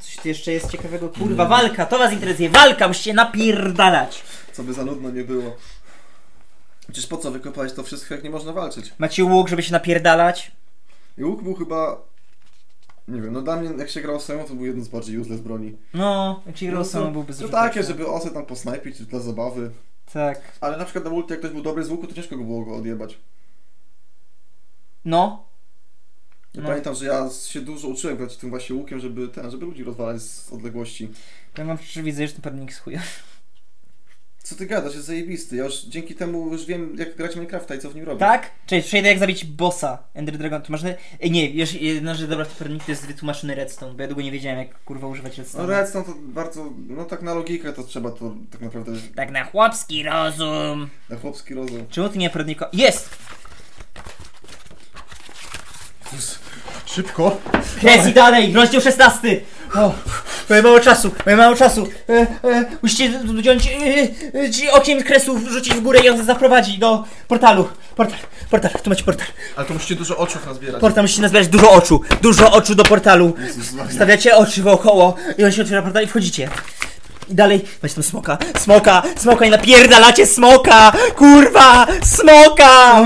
Speaker 2: Coś tu jeszcze jest ciekawego.
Speaker 1: Mm.
Speaker 2: Kurwa, walka! To was interesuje! Walka! Musicie napierdalać!
Speaker 1: Co by za nudno nie było. Przecież po co wykopać to wszystko, jak nie można walczyć?
Speaker 2: Macie łuk, żeby się napierdalać?
Speaker 1: I łuk był chyba... Nie wiem, no dla mnie jak się grało samemu, to był jeden z bardziej useless broni.
Speaker 2: No, jak się grał
Speaker 1: No
Speaker 2: sam,
Speaker 1: to-
Speaker 2: byłby tak.
Speaker 1: No
Speaker 2: zużyteczny.
Speaker 1: takie, żeby osy tam posnajpić dla zabawy.
Speaker 2: Tak.
Speaker 1: Ale na przykład na ulti, jak ktoś był dobry z łuku, to ciężko go było go odjebać.
Speaker 2: No.
Speaker 1: Ja
Speaker 2: No.
Speaker 1: pamiętam, że ja się dużo uczyłem grać tym właśnie łukiem, żeby ten, żeby ludzi rozwalać z odległości.
Speaker 2: Ja mam przecież widzę, że ten pewnik z chuja.
Speaker 1: Co ty gadasz, jest zajebisty. Ja już dzięki temu już wiem, jak grać w Minecrafta i co w nim robić.
Speaker 2: [laughs] Tak? Cześć, przejdę jak zabić bossa Ender Dragon. To masz... na- Ej, nie, wiesz, jedna rzecz, dobra, to pewnik to jest wytłumaczony redstone, bo ja długo nie wiedziałem, jak kurwa używać
Speaker 1: No
Speaker 2: redstone.
Speaker 1: Redstone to bardzo, no tak na logikę to trzeba to tak naprawdę
Speaker 2: Tak na chłopski rozum.
Speaker 1: na chłopski rozum.
Speaker 2: Czemu ty nie poradniko? Jest!
Speaker 1: Szybko!
Speaker 2: Presji dalej! Rozdział 16! O, mamy mało czasu, mamy mało czasu. E, e, musicie wziąć e, e, ci okiem kresu, rzucić w górę i on zaprowadzi do portalu. Portal, portal, tu macie portal.
Speaker 1: Ale to musicie dużo oczów nazbierać.
Speaker 2: Portal musicie nazbierać dużo oczu, dużo oczu do portalu.
Speaker 1: Jezus Maria.
Speaker 2: Stawiacie oczy wokoło i on się otwiera portal i wchodzicie. I dalej, macie tam smoka, smoka, E, smoka i napierdalacie smoka! Kurwa, smoka!